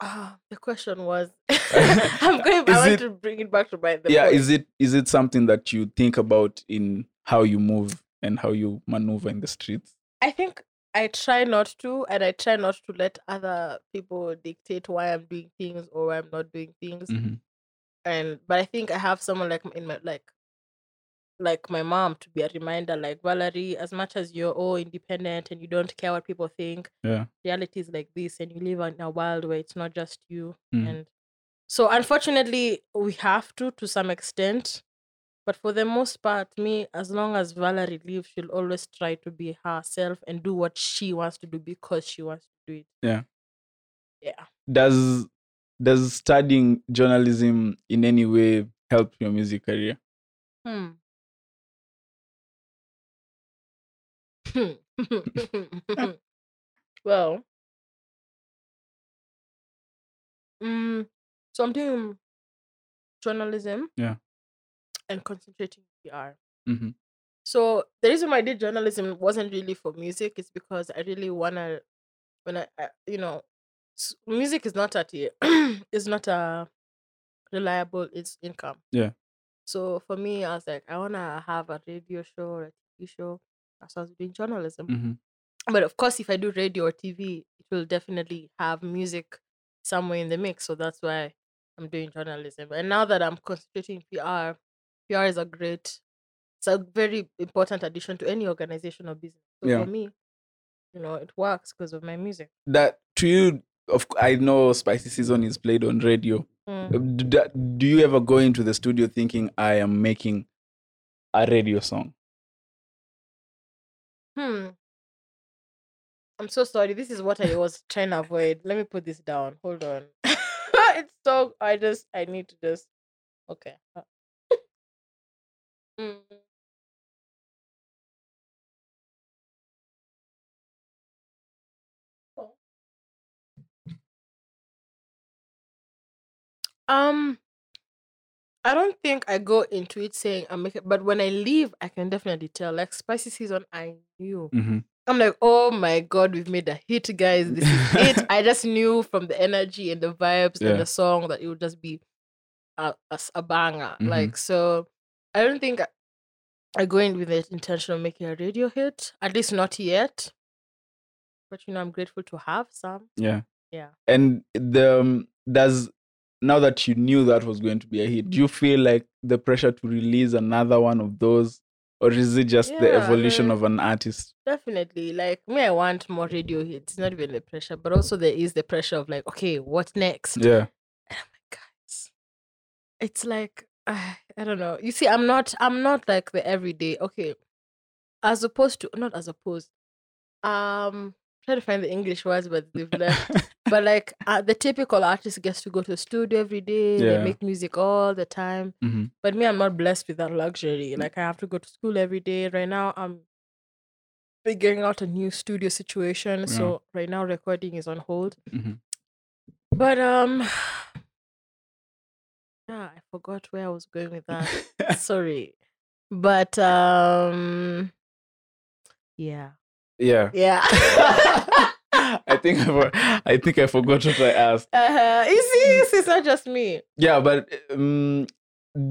Speaker 1: Ah, the question was. I'm going.
Speaker 2: Is
Speaker 1: I want
Speaker 2: it-
Speaker 1: to bring it back to my. The
Speaker 2: yeah,
Speaker 1: point.
Speaker 2: is it is it something that you think about in how you move and how you maneuver in the streets?
Speaker 1: I think I try not to, and I try not to let other people dictate why I'm doing things or why I'm not doing things.
Speaker 2: Mhm.
Speaker 1: And but I think I have someone like m- in my like, like my mom to be a reminder. Like Valerie, as much as you're all independent and you don't care what people think,
Speaker 2: Yeah.
Speaker 1: reality is like this, and you live in a world where it's not just you.
Speaker 2: Mm.
Speaker 1: And so, unfortunately, we have to to some extent. But for the most part, me, as long as Valerie lives, she'll always try to be herself and do what she wants to do because she wants to do it.
Speaker 2: Yeah.
Speaker 1: Yeah.
Speaker 2: does does studying journalism in any way help your music career
Speaker 1: Hmm. Hmm. Well, mm, so I'm doing journalism.
Speaker 2: Yeah.
Speaker 1: And concentrating on PR.
Speaker 2: Mhm.
Speaker 1: So the reason why I did journalism wasn't really for music. It's because I really wanna, when I, I you know, s- music is not at a, is not a reliable it's income.
Speaker 2: Yeah.
Speaker 1: So for me, I was like, I wanna have a radio show or a TV show. That's why I was doing journalism
Speaker 2: Mhm.
Speaker 1: but of course if i do radio or tv it will definitely have music somewhere in the mix so that's why i'm doing journalism and now that i'm concentrating pr pr is a great it's a very important addition to any organization or business so
Speaker 2: Yeah.
Speaker 1: for me you know it works because of my music
Speaker 2: That to you, of c- I know Spicy Season is played on radio.
Speaker 1: Mm.
Speaker 2: Uh, d- d- Do you ever go into the studio thinking I am making a radio song?
Speaker 1: hmm i'm so sorry this is what i was trying to avoid let me put this down hold on it's so i just i need to just okay Uh, mm. Oh. Um, I don't think I go into it saying I'm making, but when I leave, I can definitely tell. Like spicy season, I knew.
Speaker 2: Mm-hmm.
Speaker 1: I'm like, oh my god, we've made a hit, guys. This is it. I just knew from the energy and the vibes
Speaker 2: Yeah.
Speaker 1: and the song that it would just be a a s- a banger.
Speaker 2: Mhm.
Speaker 1: Like so, I don't think I, I go in with the intention of making a radio hit. At least not yet. But you know, I'm grateful to have some.
Speaker 2: Yeah.
Speaker 1: Yeah.
Speaker 2: And the um, does now that you knew that was going to be a hit,
Speaker 1: Mm-hmm.
Speaker 2: do you feel like the pressure to release another one of those, or is it just the
Speaker 1: Yeah, I
Speaker 2: evolution
Speaker 1: mean-
Speaker 2: of an artist?
Speaker 1: Definitely. Like me, I want more radio hits. Not even the pressure, but also there is the pressure of like, okay, what next?
Speaker 2: Yeah.
Speaker 1: Guys, it's like ah, I don't know. You see, I'm not. I'm not like the everyday. Okay, as opposed to not as opposed. Um, try to find the English words, but they've left. But like uh, the typical artist gets to go to a studio every day.
Speaker 2: Yeah.
Speaker 1: They make music all the time.
Speaker 2: Mhm.
Speaker 1: But me, I'm not blessed with that luxury. Like I have to go to school every day. Right now, I'm figuring out a new studio situation. So right now, recording is on hold.
Speaker 2: Mhm.
Speaker 1: But um, yeah, I forgot where I was going with that. Sorry, but um, yeah,
Speaker 2: Yeah.
Speaker 1: yeah.
Speaker 2: I think I, for- I think I forgot what I asked.
Speaker 1: uh, you see, it's not just me.
Speaker 2: Yeah, but um,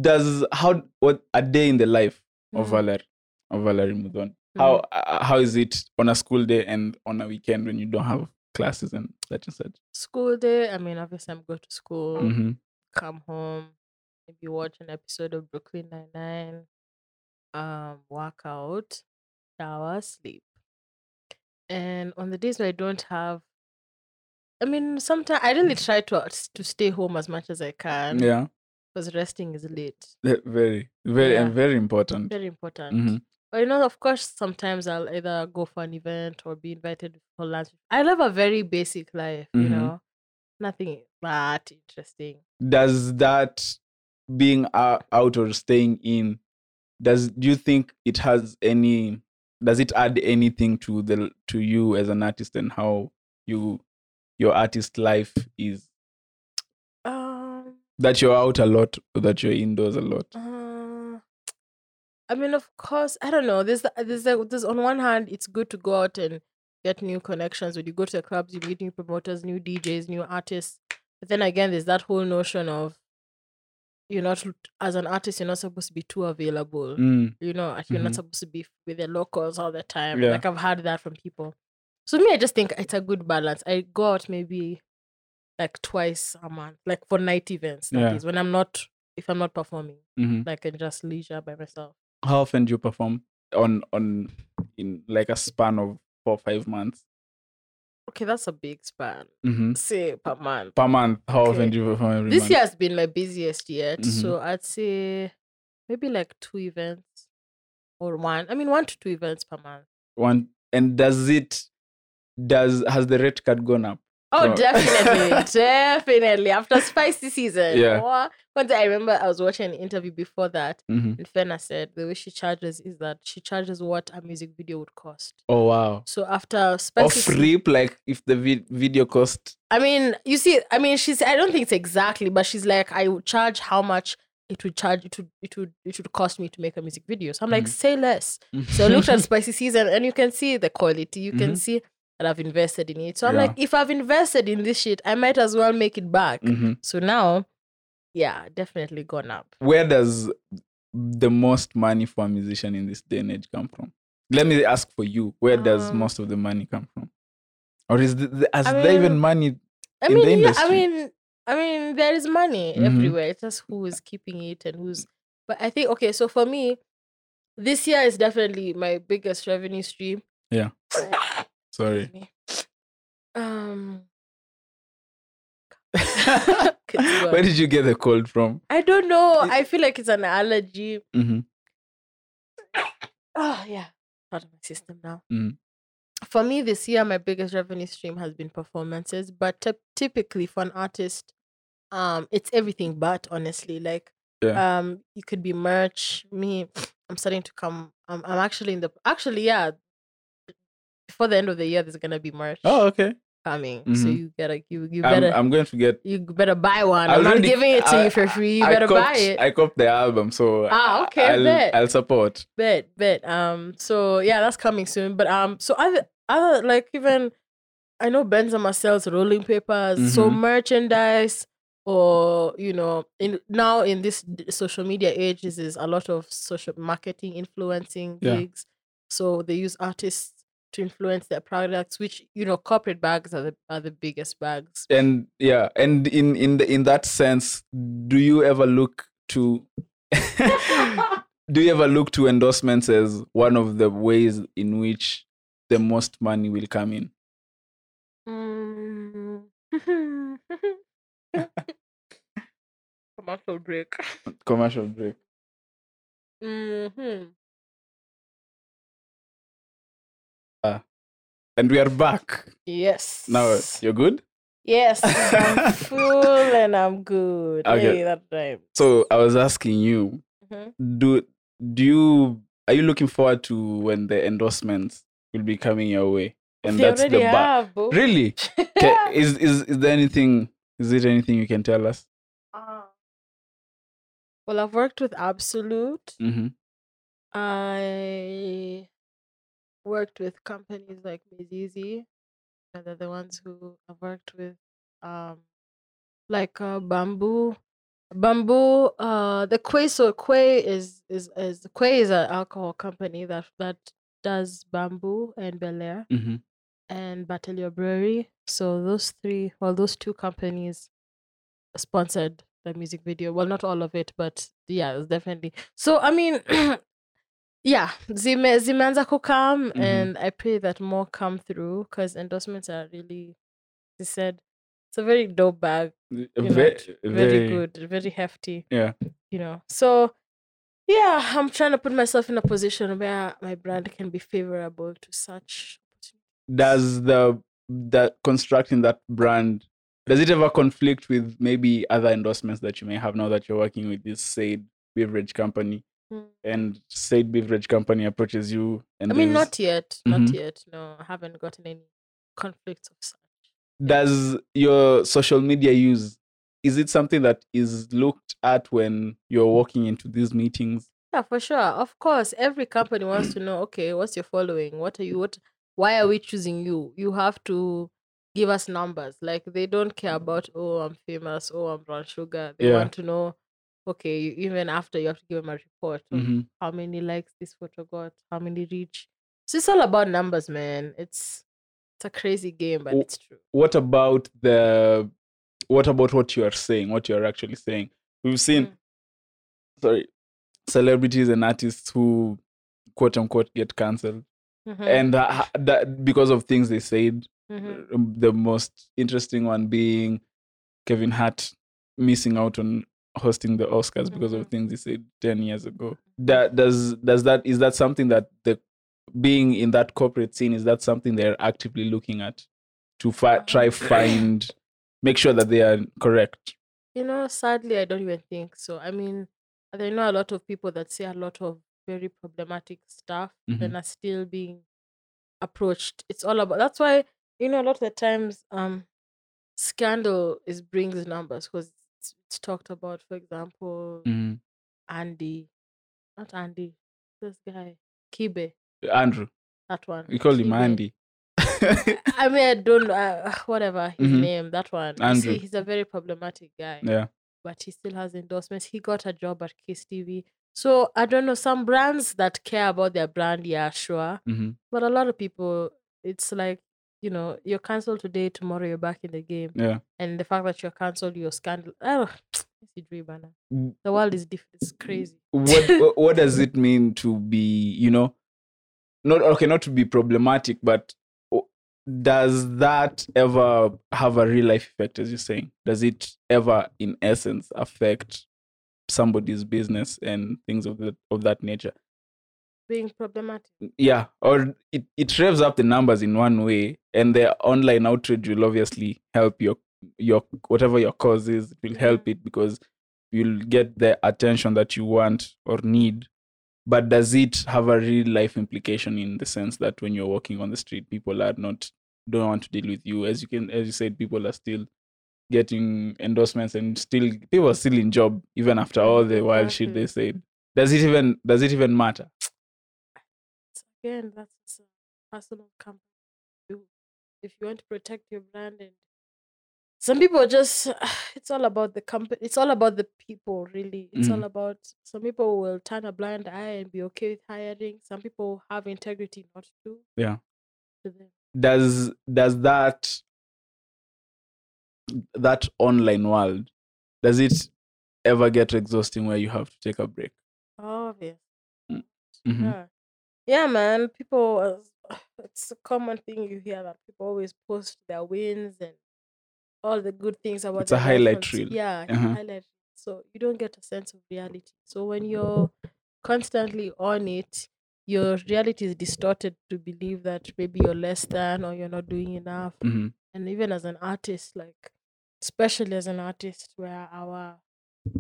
Speaker 2: does how what a day in the life of
Speaker 1: Mm,
Speaker 2: Valer of Valerie Mudon?
Speaker 1: mm.
Speaker 2: How uh, how is it on a school day and on a weekend when you don't have classes and such and such?
Speaker 1: school day? I mean, obviously, I'm going to school,
Speaker 2: hmm
Speaker 1: come home, maybe watch an episode of Brooklyn Nine Nine, um, work out, shower, sleep. And on the days where I don't have, I mean, sometimes I really try to uh, to stay home as much as I can.
Speaker 2: Yeah,
Speaker 1: because resting is late.
Speaker 2: ve- very very
Speaker 1: Yeah.
Speaker 2: and very important.
Speaker 1: Very important.
Speaker 2: Mhm.
Speaker 1: But you know, of course, sometimes I'll either go for an event or be invited for lunch. I live a very basic life, you
Speaker 2: Mhm.
Speaker 1: know, nothing that interesting.
Speaker 2: Does that being ou- out or staying in does do you think it has any does it add anything to the to you as an artist and how you your artist life is
Speaker 1: Um,
Speaker 2: that you're out a lot or that you're indoors a lot
Speaker 1: uh, I mean, of course, I don't know. There's, there's, there's on one hand, it's good to go out and get new connections. When you go to the clubs, you meet new promoters, new DJs, new artists. But then again, there's that whole notion of you're not as an artist, you're not supposed to be too available.
Speaker 2: Mm,
Speaker 1: you know, like you're not
Speaker 2: Mhm.
Speaker 1: supposed to be f- with the locals all the time.
Speaker 2: Yeah.
Speaker 1: Like I've heard that from people. So me, I just think it's a good balance. I go out maybe like twice a month, like for night events. That is
Speaker 2: Yeah.
Speaker 1: when I'm not, if I'm not performing,
Speaker 2: mhm.
Speaker 1: like in just leisure by myself.
Speaker 2: how often do you perform on on in like a span of four five months
Speaker 1: Okay, that's a big span.
Speaker 2: Mhm.
Speaker 1: Say per month.
Speaker 2: per month how often
Speaker 1: Okay.
Speaker 2: do you perform every
Speaker 1: this
Speaker 2: month
Speaker 1: year has been my busiest yet.
Speaker 2: Mhm.
Speaker 1: So I'd say maybe like two events or one. I mean, one to two events per month.
Speaker 2: one and does it does has the rate card gone up
Speaker 1: Oh,
Speaker 2: No.
Speaker 1: definitely, definitely. After spicy season,
Speaker 2: Yeah.
Speaker 1: Wha- One day I remember I was watching an interview before that,
Speaker 2: hmm
Speaker 1: and Fenna said the way she charges is that she charges what a music video would cost.
Speaker 2: Oh wow.
Speaker 1: So after
Speaker 2: Or
Speaker 1: spicy, se-
Speaker 2: flip like if the vid- video cost.
Speaker 1: I mean, you see, I mean, she's. I don't think it's exactly, but she's like, I would charge how much it would charge. It would, it would, it would cost me to make a music video. So I'm like,
Speaker 2: Mhm.
Speaker 1: say less. So I looked at spicy season, and you can see the quality. You can see that I've invested in it. So I'm
Speaker 2: Mm-hmm. Yeah.
Speaker 1: like, if I've invested in this shit, I might as well make it back.
Speaker 2: Mhm.
Speaker 1: So now, yeah, definitely gone up.
Speaker 2: Where does the most money for a musician in this day and age come from? Let me ask for you. Where does
Speaker 1: Um,
Speaker 2: most of the money come from? Or is the, the, has
Speaker 1: I
Speaker 2: there even
Speaker 1: mean-
Speaker 2: money?
Speaker 1: I
Speaker 2: in the
Speaker 1: mean, yeah, I
Speaker 2: industry.
Speaker 1: mean, I mean, there is money
Speaker 2: Mhm.
Speaker 1: everywhere. It's just who is keeping it and who's. But I think okay. So for me, this year is definitely my biggest revenue stream.
Speaker 2: Yeah. Sorry.
Speaker 1: Excuse me. Um, God.
Speaker 2: Where did you get the cold from?
Speaker 1: I don't know.
Speaker 2: It-
Speaker 1: I feel like it's an allergy.
Speaker 2: Mhm.
Speaker 1: Oh yeah, out of my system now.
Speaker 2: Mm.
Speaker 1: For me, this year, my biggest revenue stream has been performances, but typ- typically for an artist, um, it's everything but honestly, like,
Speaker 2: Yeah.
Speaker 1: um, it could be merch. Me, I'm starting to come. I'm, I'm actually in the actually yeah. Before the end of the year, there's gonna be merch
Speaker 2: Oh, okay.
Speaker 1: coming, so
Speaker 2: Mhm.
Speaker 1: you gotta you you
Speaker 2: I'm,
Speaker 1: better
Speaker 2: I'm going to get.
Speaker 1: you better buy one. I'm not
Speaker 2: already-
Speaker 1: giving it to
Speaker 2: I-
Speaker 1: you for free. You
Speaker 2: I
Speaker 1: better
Speaker 2: copped,
Speaker 1: buy it.
Speaker 2: I copped the album, so
Speaker 1: Ah,
Speaker 2: I-
Speaker 1: okay, bet.
Speaker 2: I'll, I'll support.
Speaker 1: Bet, bet. Um, so yeah, that's coming soon. But um, so other other like even I know Benzema sells rolling papers, so
Speaker 2: Mhm.
Speaker 1: merchandise or you know, in now in this d- social media age, this is a lot of social marketing influencing
Speaker 2: Yeah.
Speaker 1: gigs. So they use artists to influence their products, which you know, corporate bags are the are the biggest bags.
Speaker 2: and yeah and in in the, in that sense do you ever look to do you ever look to endorsements as one of the ways in which the most money will come in
Speaker 1: Mm. Commercial break.
Speaker 2: commercial break
Speaker 1: Mm-hmm.
Speaker 2: and we are back
Speaker 1: Yes.
Speaker 2: now you're good
Speaker 1: Yes. I'm full and I'm good.
Speaker 2: Okay.
Speaker 1: Hey, that rhymes.
Speaker 2: so i was asking you
Speaker 1: Mhm.
Speaker 2: do do you are you looking forward to when the endorsements will be coming your way and
Speaker 1: They
Speaker 2: that's the
Speaker 1: already
Speaker 2: bar
Speaker 1: have, boo.
Speaker 2: really Ca- is, is is there anything is it anything you can tell us
Speaker 1: Ah. well, I've worked with Absolute.
Speaker 2: mm-hmm.
Speaker 1: I worked with companies like Mizizi. and They're the ones who I've worked with, um, like uh, Bamboo. Bamboo, uh, the Quay. So Quay is is is Quay is an alcohol company that that does bamboo and Bel Air.
Speaker 2: Mm-hmm.
Speaker 1: and Batelier Brewery. So those three, well, those two companies sponsored the music video. Well, not all of it, but yeah, it was definitely. So I mean, yeah, zime zimeanza kukam,
Speaker 2: Mhm.
Speaker 1: and I pray that more come through because endorsements are really, they said, it's a very dope bag,
Speaker 2: Ve-
Speaker 1: you know, very good, very hefty.
Speaker 2: Yeah.
Speaker 1: you know. So yeah, I'm trying to put myself in a position where my brand can be favorable to such.
Speaker 2: Does the the constructing that brand does it ever conflict with maybe other endorsements that you may have now that you're working with this said beverage company
Speaker 1: Mm.
Speaker 2: and said beverage company approaches you and
Speaker 1: I mean,
Speaker 2: there's-
Speaker 1: not yet, not
Speaker 2: Mhm.
Speaker 1: yet. No, I haven't gotten any conflicts of such.
Speaker 2: does your social media use is it something that is looked at when
Speaker 1: Hmm.
Speaker 2: you're walking into these meetings?
Speaker 1: Yeah, for sure. Of course, every company wants to know. Okay, what's your following? What are you? What? Why are we choosing you? You have to give us numbers. Like they don't care about. Oh, I'm famous. Oh, I'm brown sugar. They
Speaker 2: Yeah.
Speaker 1: want to know. Okay, you, even after you have to give them a report of
Speaker 2: Mhm.
Speaker 1: how many likes this photo got, how many reach. So it's all about numbers, man. It's it's a crazy game, but
Speaker 2: Oh,
Speaker 1: it's true.
Speaker 2: What about the what about what you are saying? What you are actually saying? We've seen
Speaker 1: Mm.
Speaker 2: sorry celebrities and artists who quote unquote get canceled
Speaker 1: Mhm,
Speaker 2: and that, that because of things they said
Speaker 1: mhm.
Speaker 2: um, the most interesting one being kevin hart missing out on hosting the oscars because of
Speaker 1: Mhm.
Speaker 2: things he said 10 years ago that does does that is that something that the being in that corporate scene is that something they're actively looking at to fi- try find make sure that they are correct.
Speaker 1: You know, sadly, I don't even think so. I mean, I know a lot of people that say a lot of very problematic stuff
Speaker 2: Mm-hmm.
Speaker 1: and are still being approached. It's all about that's why you know a lot of the times um scandal is brings numbers because it's, it's talked about. For example,
Speaker 2: Mm.
Speaker 1: Andy, not Andy, this guy Kibe,
Speaker 2: Andrew,
Speaker 1: that one.
Speaker 2: we call him
Speaker 1: Kibe.
Speaker 2: Andy.
Speaker 1: I mean, I don't know, uh, whatever his
Speaker 2: Mhm.
Speaker 1: name, that one. You
Speaker 2: Andrew.
Speaker 1: See, he's a very problematic guy,
Speaker 2: yeah,
Speaker 1: but he still has endorsements. He got a job at Kiss TV. So I don't know, some brands that care about their brand, yeah, sure.
Speaker 2: hmm
Speaker 1: But a lot of people, it's like, you know, you're cancelled today, tomorrow you're back in the game.
Speaker 2: yeah.
Speaker 1: And the fact that you're cancelled, you're scandal. Oh, you dream, man.
Speaker 2: W-
Speaker 1: The world is diff- it's crazy.
Speaker 2: What wha- what does it mean to be you know, not okay, not to be problematic, but o- does that ever have a real life effect, as you're saying? Does it ever, in essence, affect somebody's business and things of that of that nature?
Speaker 1: Being problematic.
Speaker 2: yeah or it, it revs up the numbers in one way and the online outrage will obviously help your your whatever your cause is it will help it because you'll get the attention that you want or need but does it have a real life implication in the sense that when you're walking on the street people are not don't want to deal with you as you can as you said people are still getting endorsements and still people are still in job even after all the wild shit they said does it even does it even matter
Speaker 1: it's again that's just a personal company you, if you want to protect your brand and some people are just it's all about the company it's all about the people really it's all about some people will turn a blind eye and be okay with hiring some people have integrity not to
Speaker 2: Yeah.
Speaker 1: to them.
Speaker 2: does does that that online world does it ever get exhausting where you have to take a break
Speaker 1: obvious
Speaker 2: Mhm.
Speaker 1: Yeah. Yeah, man. People, uh, it's a common thing you hear that people always post their wins and all the good things about.
Speaker 2: It's a
Speaker 1: their life
Speaker 2: highlight
Speaker 1: on s-
Speaker 2: reel.
Speaker 1: Yeah, it's a
Speaker 2: Uh-huh.
Speaker 1: highlight. So you don't get a sense of reality. So when you're constantly on it, your reality is distorted to believe that maybe you're less than or you're not doing enough.
Speaker 2: Mhm.
Speaker 1: And even as an artist, like especially as an artist, where our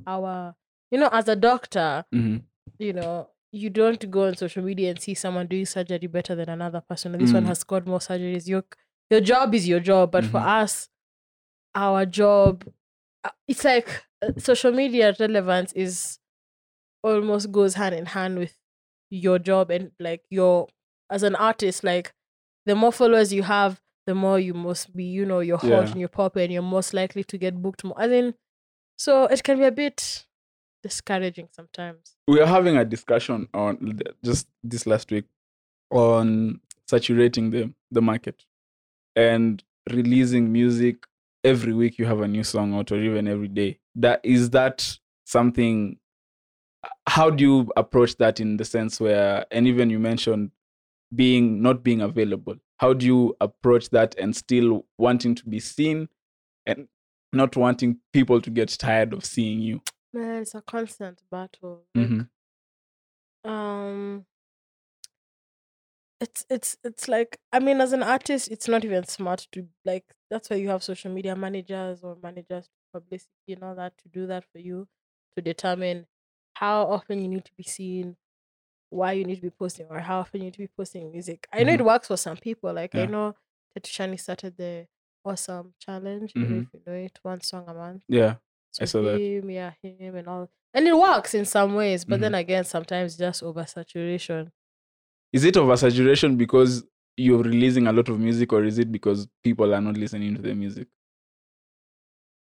Speaker 1: our you know as a doctor
Speaker 2: Mhm.
Speaker 1: you know, you don't go on social media and see someone doing surgery better than another person. or This one
Speaker 2: Mm.
Speaker 1: has got more surgeries. Your your job is your job, but for
Speaker 2: Mhm.
Speaker 1: us, our job, uh, it's like uh, social media relevance is almost goes hand in hand with your job and like your as an artist, like the more followers you have, the more you must be, you know, you're hot
Speaker 2: Yeah.
Speaker 1: and you're popular and you're most likely to get booked more. I mean, so it can be a bit discouraging sometimes.
Speaker 2: we are having a discussion on th- just this last week on saturating the the market and releasing music every week you have a new song out or even every day that is that something how do you approach that in the sense where and even you mentioned being not being available how do you approach that and still wanting to be seen and not wanting people to get tired of seeing you
Speaker 1: Man, it's a constant battle. Like,
Speaker 2: Mhm.
Speaker 1: um, it's it's it's like I mean, as an artist, it's not even smart to like. That's why you have social media managers or managers, publicity and all that to do that for you, to determine how often you need to be seen, why you need to be posting, or how often you need to be posting music. I know
Speaker 2: Mhm.
Speaker 1: it works for some people. Like I
Speaker 2: Yeah.
Speaker 1: know Tetushani started the awesome challenge. you know,
Speaker 2: Mhm.
Speaker 1: If you know it, one song a month.
Speaker 2: yeah
Speaker 1: So
Speaker 2: I saw that.
Speaker 1: him, yeah, him and all. And it works in some ways, but
Speaker 2: Mm-hmm.
Speaker 1: then again, sometimes just oversaturation.
Speaker 2: is it oversaturation because you're releasing a lot of music or is it because people are not listening to the music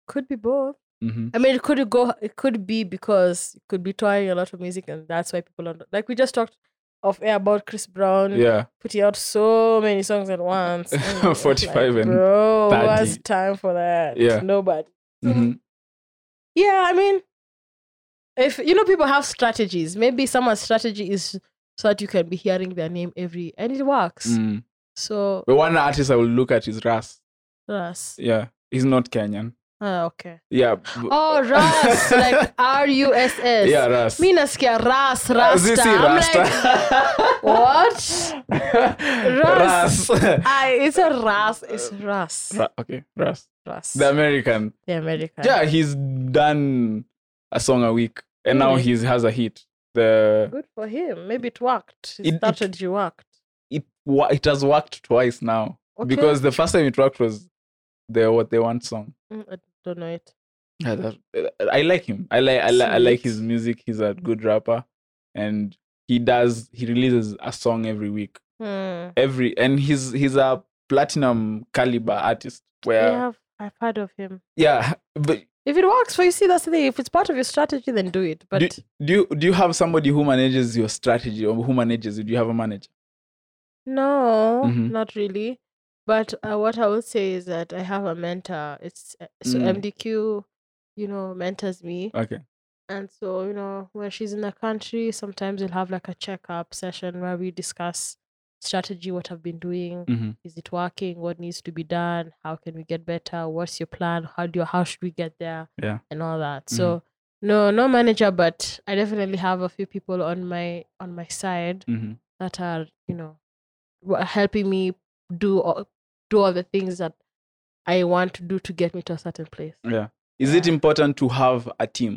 Speaker 1: Could be both.
Speaker 2: hmm
Speaker 1: I mean, it could go. It could be because it could be trying a lot of music, and that's why people are not, like we just talked off air about Chris Brown
Speaker 2: yeah
Speaker 1: putting out so many songs at once. and I'm just like,
Speaker 2: 45 and
Speaker 1: bro, who has
Speaker 2: 30.
Speaker 1: time for that?
Speaker 2: Yeah.
Speaker 1: nobody. So,
Speaker 2: hmm
Speaker 1: Yeah, I mean, if you know, people have strategies. Maybe someone's strategy is so that you can be hearing their name every, and it works.
Speaker 2: Mm.
Speaker 1: So
Speaker 2: but one artist i will look at is ras
Speaker 1: Russ.
Speaker 2: yeah he's not kenyan
Speaker 1: Ah, okay.
Speaker 2: Yeah. b-
Speaker 1: Oh, Ras, like R U S S.
Speaker 2: yeah, Ras.
Speaker 1: Mi nasikia Ras,
Speaker 2: Ah,
Speaker 1: Rasta.
Speaker 2: si, si,
Speaker 1: I'm like,
Speaker 2: Rasta.
Speaker 1: what?
Speaker 2: Ras.
Speaker 1: I, it's a Ras. It's Ras.
Speaker 2: Ra- okay, Ras.
Speaker 1: Ras.
Speaker 2: The
Speaker 1: The,
Speaker 2: American.
Speaker 1: American.
Speaker 2: Yeah, he's done a song a week, and now
Speaker 1: Really?
Speaker 2: he has a hit. The
Speaker 1: Good for him. Maybe it worked. His
Speaker 2: It- it-
Speaker 1: strategy worked.
Speaker 2: it wa- it has worked twice now
Speaker 1: Okay.
Speaker 2: because the first time it worked was the what they want song.
Speaker 1: Mm, I don't know it.
Speaker 2: I don't- I like him. I like I, li- I like
Speaker 1: Ah, Sweet.
Speaker 2: his music. He's a good rapper, and he does he releases a song every week.
Speaker 1: Hmm.
Speaker 2: Every and he's he's a platinum caliber artist. Where
Speaker 1: Yeah, I've, I've heard of him.
Speaker 2: yeah, but
Speaker 1: If it works for you, see that's the thing. If it's part of your strategy, then do it. But
Speaker 2: do you do you have somebody who manages your strategy or who manages you? Do you have a manager?
Speaker 1: no,
Speaker 2: Mhm.
Speaker 1: not really. But uh, what I will say is that I have a mentor. It's uh, so
Speaker 2: Mm.
Speaker 1: MDQ, you know, mentors me,
Speaker 2: Okay.
Speaker 1: and so you know when she's in the country, sometimes we'll have like a checkup session where we discuss strategy, what I've been doing,
Speaker 2: Mm-hmm.
Speaker 1: is it working what needs to be done how can we get better what's your plan how do you, how should we get there
Speaker 2: Yeah.
Speaker 1: and all that
Speaker 2: Mhm.
Speaker 1: so no no manager but i definitely have a few people on my on my side
Speaker 2: Mm-hmm.
Speaker 1: that are you know who are helping me do all, do all the things that i want to do to get me to a certain place
Speaker 2: Yeah. Is it
Speaker 1: Yeah.
Speaker 2: important to have a team?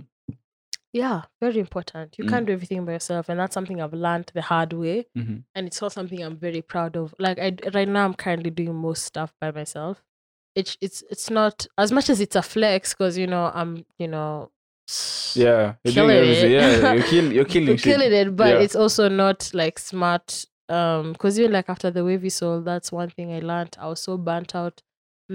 Speaker 1: yeah very important you can't do everything by yourself and that's something i've learned the hard way
Speaker 2: Mm-hmm.
Speaker 1: and it's not something I'm very proud of. Like I d- right now, I'm currently doing most stuff by myself. It's it's it's not as much as it's a flex because you know I'm you know
Speaker 2: Yeah. You're doing
Speaker 1: Killing
Speaker 2: everything.
Speaker 1: it. eh?
Speaker 2: Yeah. You're, kill, you're killing
Speaker 1: you're
Speaker 2: shit.
Speaker 1: killing it, but
Speaker 2: Yeah.
Speaker 1: it's also not like smart. Um, because even like after the wavy soul, that's one thing I learned. I was so burnt out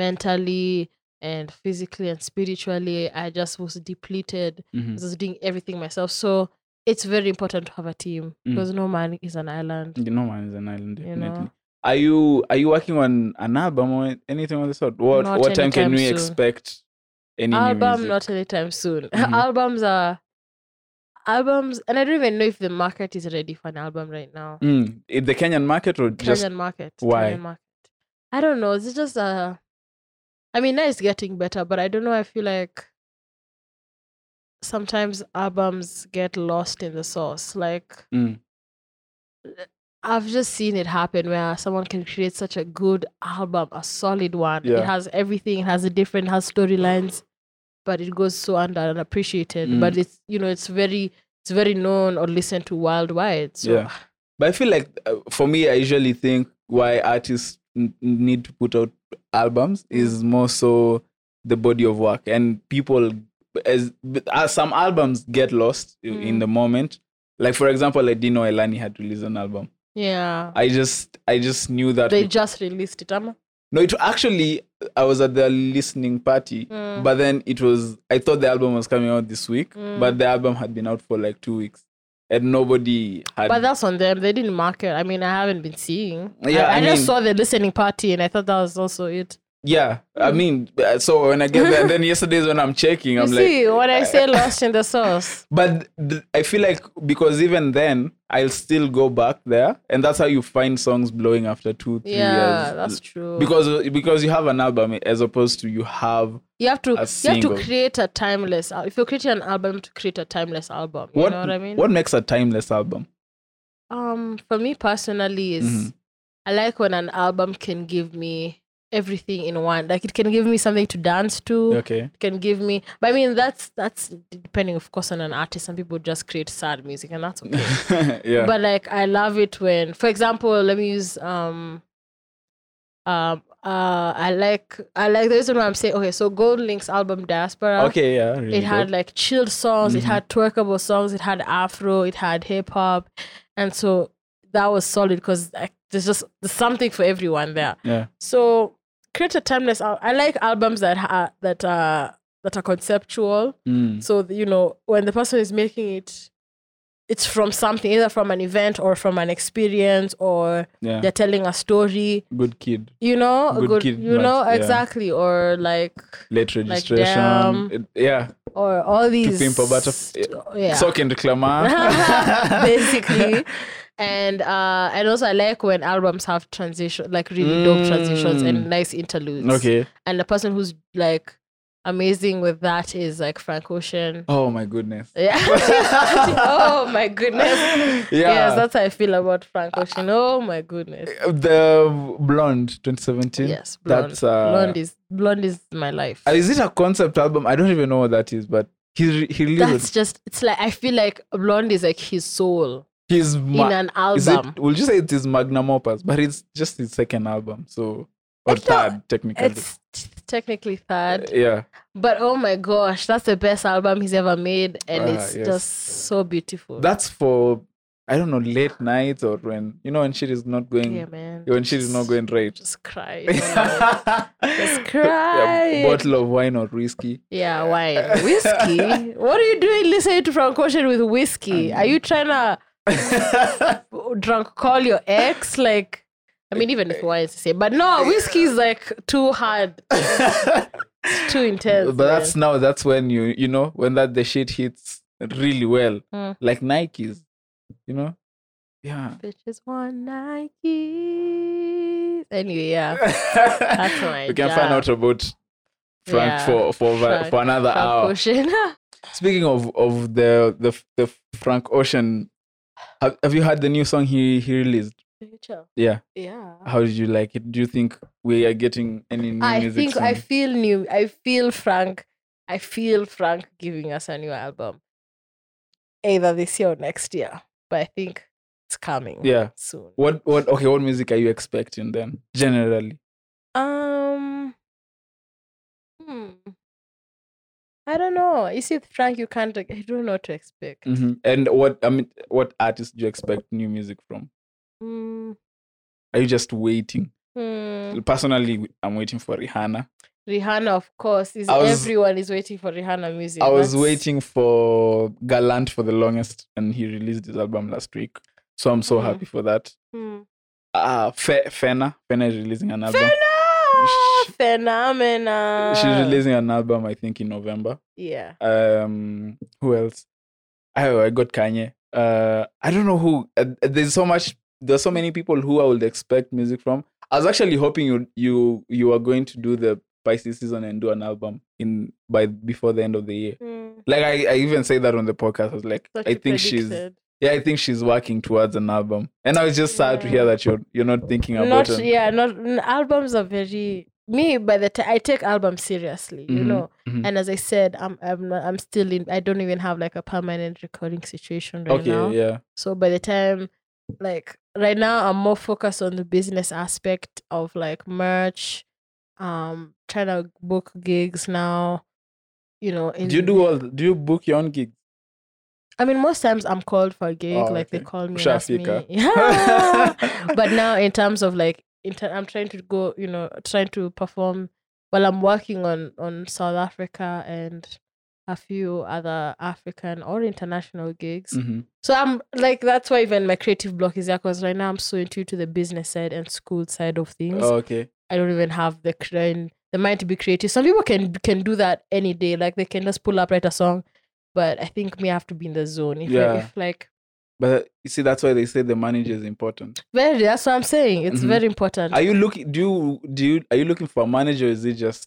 Speaker 1: mentally and physically and spiritually. I just was depleted. I
Speaker 2: Mhm.
Speaker 1: was doing everything myself. So it's very important to have a team
Speaker 2: Mm.
Speaker 1: because no man is an island.
Speaker 2: You know, man is an island. Definitely.
Speaker 1: know.
Speaker 2: Are you are you working on an album or anything of the sort? What
Speaker 1: Not
Speaker 2: what time can
Speaker 1: anytime
Speaker 2: we
Speaker 1: soon.
Speaker 2: expect any new
Speaker 1: album
Speaker 2: music?
Speaker 1: not anytime soon
Speaker 2: Mhm.
Speaker 1: albums are albums and i don't even know if the market is ready for an album right now
Speaker 2: Mm, in the Kenyan market or just
Speaker 1: kenyan market
Speaker 2: why?
Speaker 1: Kenyan market i don't know it's just uh i mean now it's getting better but i don't know i feel like sometimes albums get lost in the sauce like
Speaker 2: Mm.
Speaker 1: I've just seen it happen where someone can create such a good album, a solid one.
Speaker 2: Yeah.
Speaker 1: It has everything, it has a different, has storylines, but it goes so under unappreciated.
Speaker 2: Mm.
Speaker 1: But it's you know, it's very it's very known or listened to worldwide. So
Speaker 2: Yeah. But I feel like uh, for me, I usually think why artists n- need to put out albums is more so the body of work and people as, as some albums get lost i- in
Speaker 1: Mm.
Speaker 2: the moment. Like for example, I didn't know Elani had released an album.
Speaker 1: yeah.
Speaker 2: I just I just knew that
Speaker 1: they just released it. I'm,
Speaker 2: no, it actually I was at the listening party,
Speaker 1: Mm.
Speaker 2: but then it was I thought the album was coming out this week,
Speaker 1: Mm.
Speaker 2: but the album had been out for like two weeks, and nobody had.
Speaker 1: but that's on them. They didn't market. I mean, I haven't been seeing.
Speaker 2: Yeah,
Speaker 1: I,
Speaker 2: I
Speaker 1: I just
Speaker 2: mean-
Speaker 1: saw the listening party and I thought that was also it.
Speaker 2: Yeah, I mean, uh, so when I get there, then yesterday's when I'm checking,
Speaker 1: Mm. You
Speaker 2: I'm like,
Speaker 1: see, when I say lost in the sauce.
Speaker 2: but th- I feel like because even then, I'll still go back there, and that's how you find songs blowing after two, three
Speaker 1: Yeah,
Speaker 2: years.
Speaker 1: that's true.
Speaker 2: Because because you have an album eh, as opposed to you have
Speaker 1: you have to
Speaker 2: a
Speaker 1: you have to
Speaker 2: single.
Speaker 1: create a timeless al- if you're creating an album to create a timeless album you
Speaker 2: what
Speaker 1: know what i mean
Speaker 2: what makes a timeless album?
Speaker 1: um for me personally is
Speaker 2: Mhm.
Speaker 1: i like when an album can give me everything in one like it can give me something to dance to
Speaker 2: Okay,
Speaker 1: it can give me but i mean that's that's depending of course on an artist some people just create sad music and that's okay
Speaker 2: yeah,
Speaker 1: but like i love it when for example let me use um um uh i like i like the reason why i'm saying okay so gold link's album diaspora
Speaker 2: okay, yeah, really
Speaker 1: it had
Speaker 2: dope.
Speaker 1: like chill songs it
Speaker 2: Mhm.
Speaker 1: had twerkable songs it had afro it had hip-hop and so that was solid because there's just there's something for everyone there
Speaker 2: yeah,
Speaker 1: so create a timeless al- i like albums that ha- that are that are conceptual
Speaker 2: Mm.
Speaker 1: so th- you know when the person is making it it's from something either from an event or from an experience or
Speaker 2: yeah,
Speaker 1: they're telling a story
Speaker 2: good kid.
Speaker 1: you know a
Speaker 2: Good
Speaker 1: good,
Speaker 2: kid
Speaker 1: you know
Speaker 2: vibes, yeah.
Speaker 1: exactly or like
Speaker 2: Late registration,
Speaker 1: damn.
Speaker 2: It- yeah.
Speaker 1: or all these
Speaker 2: Pimp a
Speaker 1: st- oh,
Speaker 2: Butterf-
Speaker 1: yeah
Speaker 2: Sock and reclama.
Speaker 1: basically and uh and also i like when albums have transition like really dope transitions
Speaker 2: Mm.
Speaker 1: and nice interludes
Speaker 2: Okay.
Speaker 1: and the person who's like amazing with that is like Frank Ocean.
Speaker 2: Oh my goodness.
Speaker 1: Yeah. oh my goodness.
Speaker 2: Yeah.
Speaker 1: Yes, that's how I feel about Frank Ocean. Oh my goodness.
Speaker 2: the blonde 2017.
Speaker 1: Yes, blonde.
Speaker 2: That's uh,
Speaker 1: blonde is blonde is my life.
Speaker 2: Is it a concept album? I don't even know what that is, but he re- he
Speaker 1: that's
Speaker 2: lives
Speaker 1: just it's like I feel like blonde is like his soul
Speaker 2: his ma-
Speaker 1: in an
Speaker 2: is
Speaker 1: album.
Speaker 2: it, would you say it is magnum opus? But it's just his second album, so or
Speaker 1: It's not-
Speaker 2: third technically.
Speaker 1: It's t- technically third,
Speaker 2: Yeah,
Speaker 1: but oh my gosh, that's the best album he's ever made, and
Speaker 2: Ah,
Speaker 1: it's
Speaker 2: yes.
Speaker 1: just so beautiful.
Speaker 2: that's for I don't know late nights or when you know when shit is not going
Speaker 1: yeah, man.
Speaker 2: when shit is not going right.
Speaker 1: Just cry. you know.
Speaker 2: Just
Speaker 1: cry.
Speaker 2: bottle of wine or whiskey.
Speaker 1: yeah, wine, whiskey. what are you doing listening to Frank Ocean with whiskey? Are you trying to drunk call your ex? Like, I mean, even
Speaker 2: Eh,
Speaker 1: if wine is the same, but no, whiskey is like too hard, it's too intense.
Speaker 2: but that's now that's when you you know when that the shit hits really well
Speaker 1: Mm.
Speaker 2: like nikes you know yeah
Speaker 1: man. bitches want Nike. Anyway, yeah.
Speaker 2: that's
Speaker 1: my
Speaker 2: we can find
Speaker 1: jam.
Speaker 2: out about frank
Speaker 1: Yeah,
Speaker 2: for for
Speaker 1: Frank-
Speaker 2: for another
Speaker 1: Frank
Speaker 2: hour
Speaker 1: Ocean.
Speaker 2: speaking of of the the, the frank ocean have, have you heard the new song he he released yeah
Speaker 1: yeah.
Speaker 2: how did you like it do you think we are getting any new
Speaker 1: I
Speaker 2: music
Speaker 1: think I
Speaker 2: soon?
Speaker 1: feel new. I feel Frank. I feel Frank giving us a new album, either this year or next year. But I think it's coming.
Speaker 2: yeah
Speaker 1: soon.
Speaker 2: what what okay what music are you expecting then generally
Speaker 1: Um. Hmm. I don't know. You see, Frank, you can't. like, I don't know what to expect.
Speaker 2: Mhm. and what i mean what artists do you expect new music from
Speaker 1: Mm,
Speaker 2: Are you just waiting?
Speaker 1: mm.
Speaker 2: Personally, I'm waiting for Rihanna.
Speaker 1: Rihanna, of course, is
Speaker 2: I was-
Speaker 1: everyone is waiting for Rihanna music.
Speaker 2: I was
Speaker 1: That's-
Speaker 2: waiting for Galant for the longest, and he released his album last week. So I'm so
Speaker 1: Mhm.
Speaker 2: happy for that.
Speaker 1: Hmm.
Speaker 2: Ah, Fe- Fena. Fena is releasing an album.
Speaker 1: Phena-
Speaker 2: Sh-
Speaker 1: Phenomena.
Speaker 2: She's releasing an album, I think, in November.
Speaker 1: Yeah.
Speaker 2: Um, who else? Oh, I got Kanye. Uh, I don't know who. Uh, there's so much. There's so many people who I would expect music from. I was actually hoping you you you are going to do the Pisces season and do an album in by before the end of the year.
Speaker 1: Mm.
Speaker 2: Like I, I even say that on the podcast. I was like,
Speaker 1: Thought
Speaker 2: I
Speaker 1: you
Speaker 2: think she's
Speaker 1: predicted.
Speaker 2: yeah, I think she's working towards an album. And I was just sad to
Speaker 1: Yeah.
Speaker 2: hear that you're you're not thinking
Speaker 1: not
Speaker 2: about it.
Speaker 1: yeah not n- albums are very me by the time I take albums seriously you
Speaker 2: Mhm,
Speaker 1: know
Speaker 2: mhm.
Speaker 1: and as I said I'm I'm not, I'm still in I don't even have like a permanent recording situation right
Speaker 2: okay,
Speaker 1: now
Speaker 2: yeah.
Speaker 1: so by the time like right now I'm more focused on the business aspect of like merch um trying to book gigs now you know in,
Speaker 2: Do you do all do you book your own gigs?
Speaker 1: I mean most times I'm called for a gig
Speaker 2: Oh,
Speaker 1: like they
Speaker 2: okay.
Speaker 1: call me and ask me
Speaker 2: Shafika.
Speaker 1: yeah Ah, but now in terms of like in ter- i'm trying to go you know trying to perform well i'm working on on south africa and a few other african or international gigs
Speaker 2: Mhm.
Speaker 1: so i'm like that's why even my creative block is there because right now i'm so into to the business side and school side of things
Speaker 2: Oh, okay.
Speaker 1: i don't even have the cre- the mind to be creative some people can can do that any day like they can just pull up write a song but i think me I have to be in the zone if, I-
Speaker 2: Yeah.
Speaker 1: if like
Speaker 2: But you see, that's why they say the manager is important.
Speaker 1: very that's what i'm saying it's
Speaker 2: Mhm.
Speaker 1: very important
Speaker 2: Are you looking? Do you do you are you looking for a manager? Or is it just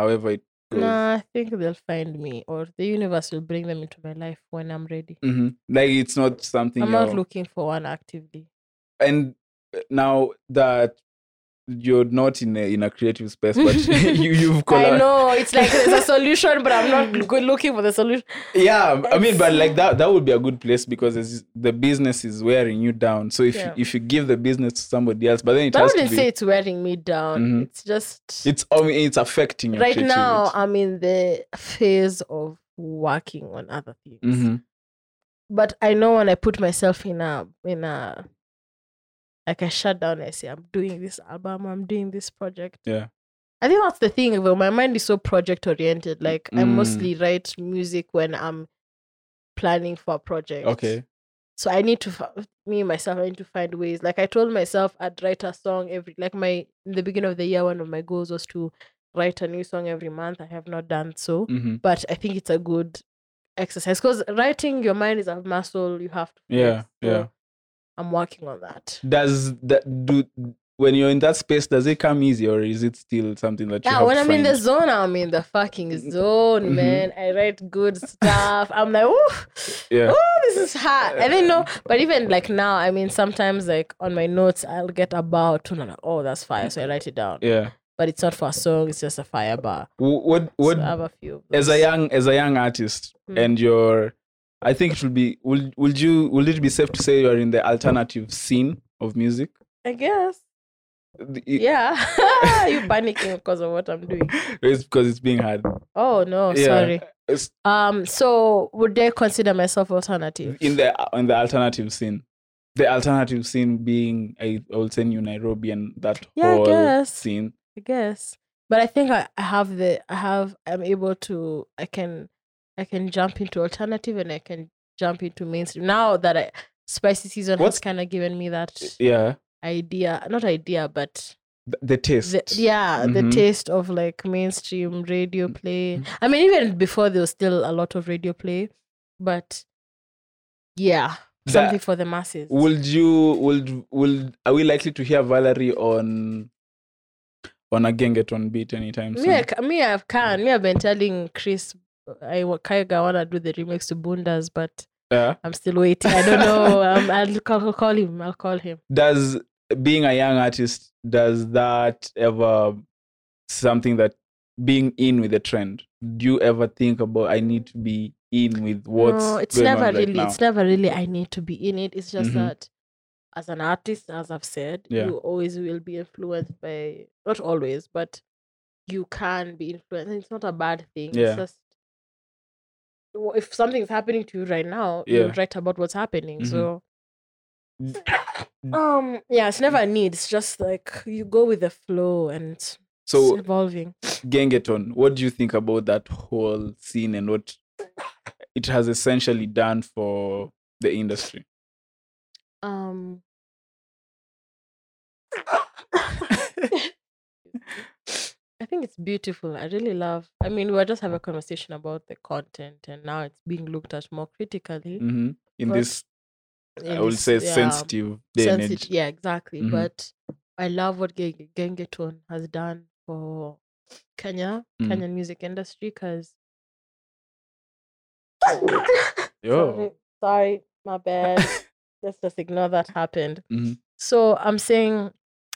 Speaker 2: however it goes?
Speaker 1: Nah, I think they'll find me, or the universe will bring them into my life when I'm ready.
Speaker 2: Mhm. Like it's not something.
Speaker 1: I'm not
Speaker 2: you're-
Speaker 1: looking for one actively.
Speaker 2: and uh, now that you're not in a in a creative space, but you you've
Speaker 1: I
Speaker 2: colla-
Speaker 1: know it's like there's a solution, but I'm not good looking for the solution.
Speaker 2: Yeah, I mean, but
Speaker 1: That's-
Speaker 2: like that that would be a good place because it's, the business is wearing you down. So if you-
Speaker 1: Yeah.
Speaker 2: if you give the business to somebody else, but then it
Speaker 1: I
Speaker 2: has to
Speaker 1: wouldn't
Speaker 2: be
Speaker 1: say it's wearing me down.
Speaker 2: Mhm.
Speaker 1: It's just
Speaker 2: it's I mean, it's affecting your
Speaker 1: right now I'm in the phase of working on other things.
Speaker 2: hmm
Speaker 1: But I know when I put myself in a in a like I shut down, I say I'm doing this album, I'm doing this project.
Speaker 2: Yeah.
Speaker 1: I think that's the thing though. My mind is so project oriented. Like I
Speaker 2: Mm.
Speaker 1: mostly write music when I'm planning for a project.
Speaker 2: Okay.
Speaker 1: So I need to f- me myself. I need to find ways. Like I told myself, I'd write a song every. Like my in the beginning of the year, one of my goals was to write a new song every month. I have not done so,
Speaker 2: hmm
Speaker 1: but I think it's a good exercise because writing your mind is a muscle you have to.
Speaker 2: Yeah.
Speaker 1: flex. So
Speaker 2: Yeah.
Speaker 1: I'm working on that.
Speaker 2: Does that do? when you're in that space, does it come easy or is it still something that you
Speaker 1: Yeah,
Speaker 2: have
Speaker 1: when
Speaker 2: to
Speaker 1: I'm in the
Speaker 2: find?
Speaker 1: zone, I'm in the fucking zone,
Speaker 2: Mhm.
Speaker 1: man. I write good stuff. I'm like, ooh,
Speaker 2: Yeah.
Speaker 1: oh, this is hard. I didn't know. But even like now, I mean, sometimes like on my notes, I'll get a bar or two and I'm like, oh, that's fire. So I write it down.
Speaker 2: Yeah.
Speaker 1: But it's not for a song, it's just a fire bar.
Speaker 2: Wh- What what
Speaker 1: so I have a few. of
Speaker 2: as a
Speaker 1: those.
Speaker 2: young as a young artist
Speaker 1: Mm.
Speaker 2: and you're I think it would be would would you would it be safe to say you're in the alternative scene of music?
Speaker 1: I guess.
Speaker 2: The- it-
Speaker 1: Yeah. you panicking because of what I'm doing.
Speaker 2: It's because it's being hard.
Speaker 1: Oh, no,
Speaker 2: Yeah.
Speaker 1: sorry.
Speaker 2: It's
Speaker 1: Um, So would I consider myself alternative?
Speaker 2: in the in the alternative scene. The alternative scene being I, I would say New Nairobi and that
Speaker 1: Yeah, I
Speaker 2: whole
Speaker 1: guess.
Speaker 2: scene.
Speaker 1: I guess. But I think I, I have the I have I'm able to I can I can jump into alternative and I can jump into mainstream. Now that I spicy season
Speaker 2: What's-
Speaker 1: has kind of given me that
Speaker 2: Yeah.
Speaker 1: idea, not idea, but
Speaker 2: The, the taste. Mm-hmm.
Speaker 1: the, yeah, the
Speaker 2: Mhm.
Speaker 1: taste of like mainstream radio play. I mean, even before there was still a lot of radio play, but yeah,
Speaker 2: The-
Speaker 1: something for the masses.
Speaker 2: Would you would would are we likely to hear Valerie on on a Gengeton beat anytime soon?
Speaker 1: Me, I, ca- me, I can. Me, I've been telling Chris I wa- kinda wanna do the remix to Bundas, but
Speaker 2: Yeah.
Speaker 1: I'm still waiting. I don't know. um, I'll, call, I'll call him. I'll call him.
Speaker 2: Does being a young artist does that ever something that being in with the trend? Do you ever think about I need to be in with what's
Speaker 1: no, it's
Speaker 2: going
Speaker 1: never
Speaker 2: on right
Speaker 1: really.
Speaker 2: now?
Speaker 1: It's never really. I need to be in it. It's just
Speaker 2: Mhm.
Speaker 1: that as an artist, as I've said,
Speaker 2: Yeah.
Speaker 1: you always will be influenced by not always, but you can be influenced. And it's not a bad thing.
Speaker 2: Yeah.
Speaker 1: It's just w- if something's happening to you right now,
Speaker 2: Yeah.
Speaker 1: you'll write about what's happening.
Speaker 2: Mhm.
Speaker 1: So
Speaker 2: Mm.
Speaker 1: um yeah, it's never a need. It's just like you go with the flow and it's
Speaker 2: so
Speaker 1: evolving.
Speaker 2: Gengeton, what do you think about that whole scene and what it has essentially done for the industry?
Speaker 1: Um. I think it's beautiful. I really love. I mean, we were just have a conversation about the content, and now it's being looked at more critically.
Speaker 2: hmm In
Speaker 1: But
Speaker 2: this, I
Speaker 1: in
Speaker 2: would
Speaker 1: this,
Speaker 2: say,
Speaker 1: yeah,
Speaker 2: sensitive day and
Speaker 1: sensit-
Speaker 2: age.
Speaker 1: yeah, exactly.
Speaker 2: Mhm.
Speaker 1: But I love what Geng- Gengeton has done for Kenya,
Speaker 2: Mm.
Speaker 1: Kenyan music industry, because Sorry,
Speaker 2: Yo.
Speaker 1: sorry, my bad. Let's just ignore that happened.
Speaker 2: Mhm.
Speaker 1: So I'm saying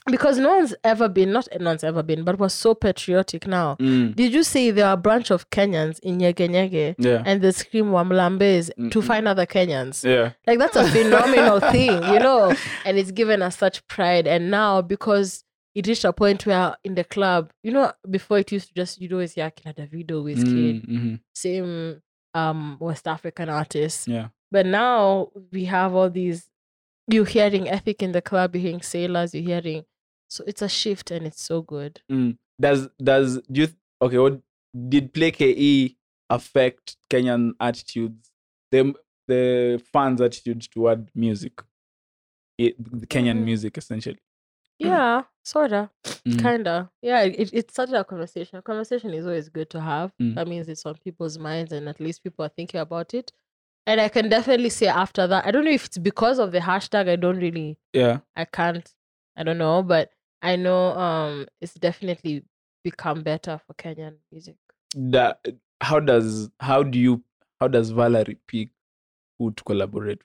Speaker 1: because no one's ever been, not no one's ever been, but we're so patriotic now.
Speaker 2: Mm,
Speaker 1: Did you say there are a branch of Kenyans in Nyegenyege
Speaker 2: yeah.
Speaker 1: and they scream Wamlambes to
Speaker 2: Mm-mm.
Speaker 1: find other Kenyans?
Speaker 2: yeah.
Speaker 1: Like that's a phenomenal thing, you know? And it's given us such pride. And now because it reached a point where in the club, you know, before it used to just you'd always hear Akina Davido, Wizkid,
Speaker 2: Mm, mhm.
Speaker 1: same um West African artists.
Speaker 2: Yeah.
Speaker 1: But now we have all these you're hearing Ethic in the club, you're hearing sailors, you're hearing so it's a shift and it's so good.
Speaker 2: Does, does, do you, th- okay, what did Play KE affect Kenyan attitudes, the, the fans' attitudes toward music? It, the Kenyan
Speaker 1: Mm.
Speaker 2: music, essentially.
Speaker 1: Yeah, sorta.
Speaker 2: Mhm.
Speaker 1: Kinda. Yeah, it, it started a conversation. A conversation is always good to have.
Speaker 2: Mm.
Speaker 1: That means it's on people's minds and at least people are thinking about it. And I can definitely say after that, I don't know if it's because of the hashtag, I don't really
Speaker 2: Yeah.
Speaker 1: I can't I don't know, but I know um it's definitely become better for Kenyan music.
Speaker 2: that how does how do you how does Valerie pick who to collaborate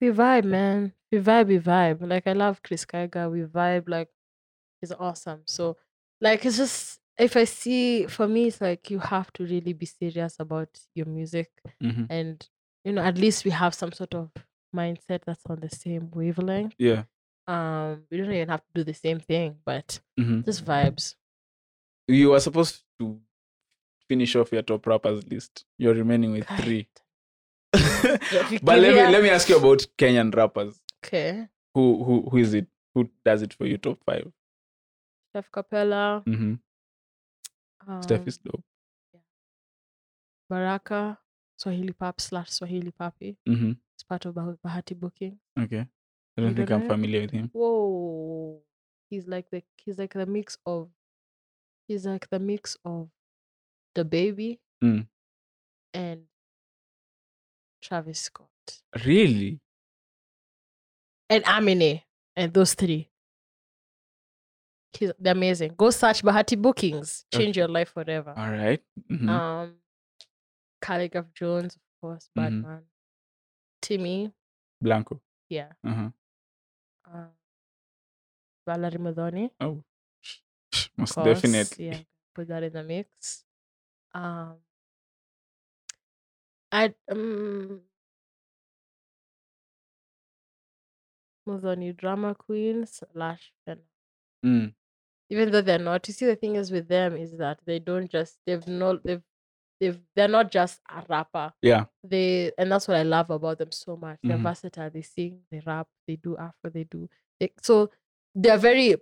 Speaker 1: We vibe, man. We vibe, we vibe. Like I love Chris Kaiga. We vibe like he's awesome. So like it's just if I see for me it's like you have to really be serious about your music
Speaker 2: with? Mm-hmm.
Speaker 1: and you know, at least we have some sort of mindset that's on the same wavelength.
Speaker 2: Yeah.
Speaker 1: Um we don't even have to do the same thing, but
Speaker 2: hmm
Speaker 1: just vibes.
Speaker 2: You were supposed to finish off your top rappers list. You're remaining with three. but let me let me ask you about Kenyan rappers.
Speaker 1: Okay.
Speaker 2: Who who who is it? Who does it for you? Top 5
Speaker 1: Chef Capella.
Speaker 2: Mm-hmm.
Speaker 1: Um,
Speaker 2: Steph is dope.
Speaker 1: Baraka, Swahili Pap slash Swahili Papi.
Speaker 2: hmm
Speaker 1: It's part of Bah- Bahati Booking.
Speaker 2: Okay. I don't
Speaker 1: You
Speaker 2: think
Speaker 1: don't
Speaker 2: I'm
Speaker 1: know?
Speaker 2: familiar with him.
Speaker 1: Whoa, he's like the he's like the mix of he's like the mix of the baby
Speaker 2: Mm.
Speaker 1: and Travis Scott
Speaker 2: Really?
Speaker 1: and Amine and those three. He's, they're amazing. Go search Bahati Bookings. Change your life forever.
Speaker 2: All right. Mhm.
Speaker 1: Um, Calligraph Jones, of course,
Speaker 2: Mhm.
Speaker 1: Batman. Timmy,
Speaker 2: Blanco.
Speaker 1: yeah.
Speaker 2: Uh-huh.
Speaker 1: Um, Valerie Madoni.
Speaker 2: Oh. Most
Speaker 1: course,
Speaker 2: definitely.
Speaker 1: Yeah, put that in the mix. Um, I um, Muzoni drama queens slash fen-
Speaker 2: Mm.
Speaker 1: even though they're not. You see, the thing is with them is that they don't just they've not they've they've they're not just a rapper.
Speaker 2: Yeah.
Speaker 1: They and that's what I love about them so much. They're
Speaker 2: Mhm.
Speaker 1: versatile. They sing, they rap, they do afro, they do. They, so they're very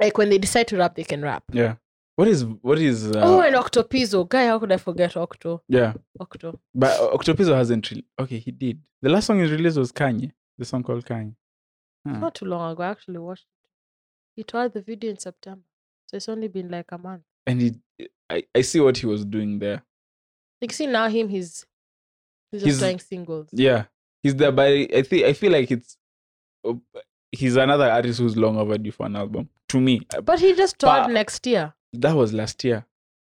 Speaker 1: like when they decide to rap, they can rap.
Speaker 2: Yeah. What is what is uh,
Speaker 1: Oh, and Octopizzo. Guy, how could I forget Octo?
Speaker 2: yeah.
Speaker 1: Octo.
Speaker 2: But O- Octopizzo hasn't really okay, he did. The last song he released was Kanye. The song called Kanye. Huh.
Speaker 1: Not too long ago, I actually watched it. He tried the video in September. So it's only been like a month.
Speaker 2: And he I, I see what he was doing there.
Speaker 1: Like, see now him, he's he's just
Speaker 2: He's-
Speaker 1: trying singles.
Speaker 2: Yeah, he's there, but I think I feel like it's uh, he's another artist who's long overdue for an album. To me, Uh,
Speaker 1: But he just tried
Speaker 2: But-
Speaker 1: next year.
Speaker 2: that was last year.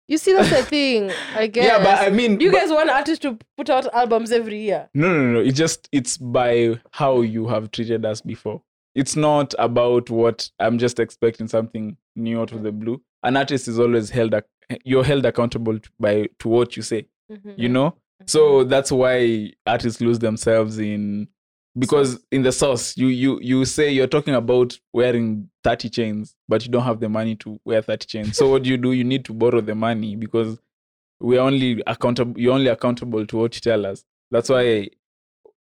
Speaker 1: You see, that's the thing, I guess.
Speaker 2: Yeah, but I mean,
Speaker 1: you
Speaker 2: but-
Speaker 1: guys want artists to put out albums every year.
Speaker 2: no, no, no. It's just it's by how you have treated us before. It's not about what I'm just expecting something new out of the blue. An artist is always held ac- you're held accountable to, by to what you say.
Speaker 1: Mm-hmm, Mm.
Speaker 2: You know, so that's why artists lose themselves in because in the source you you you say you're talking about wearing 30 chains but you don't have the money to wear 30 chains so what do you do you need to borrow the money because we're only accountable you're only accountable to what you tell us that's why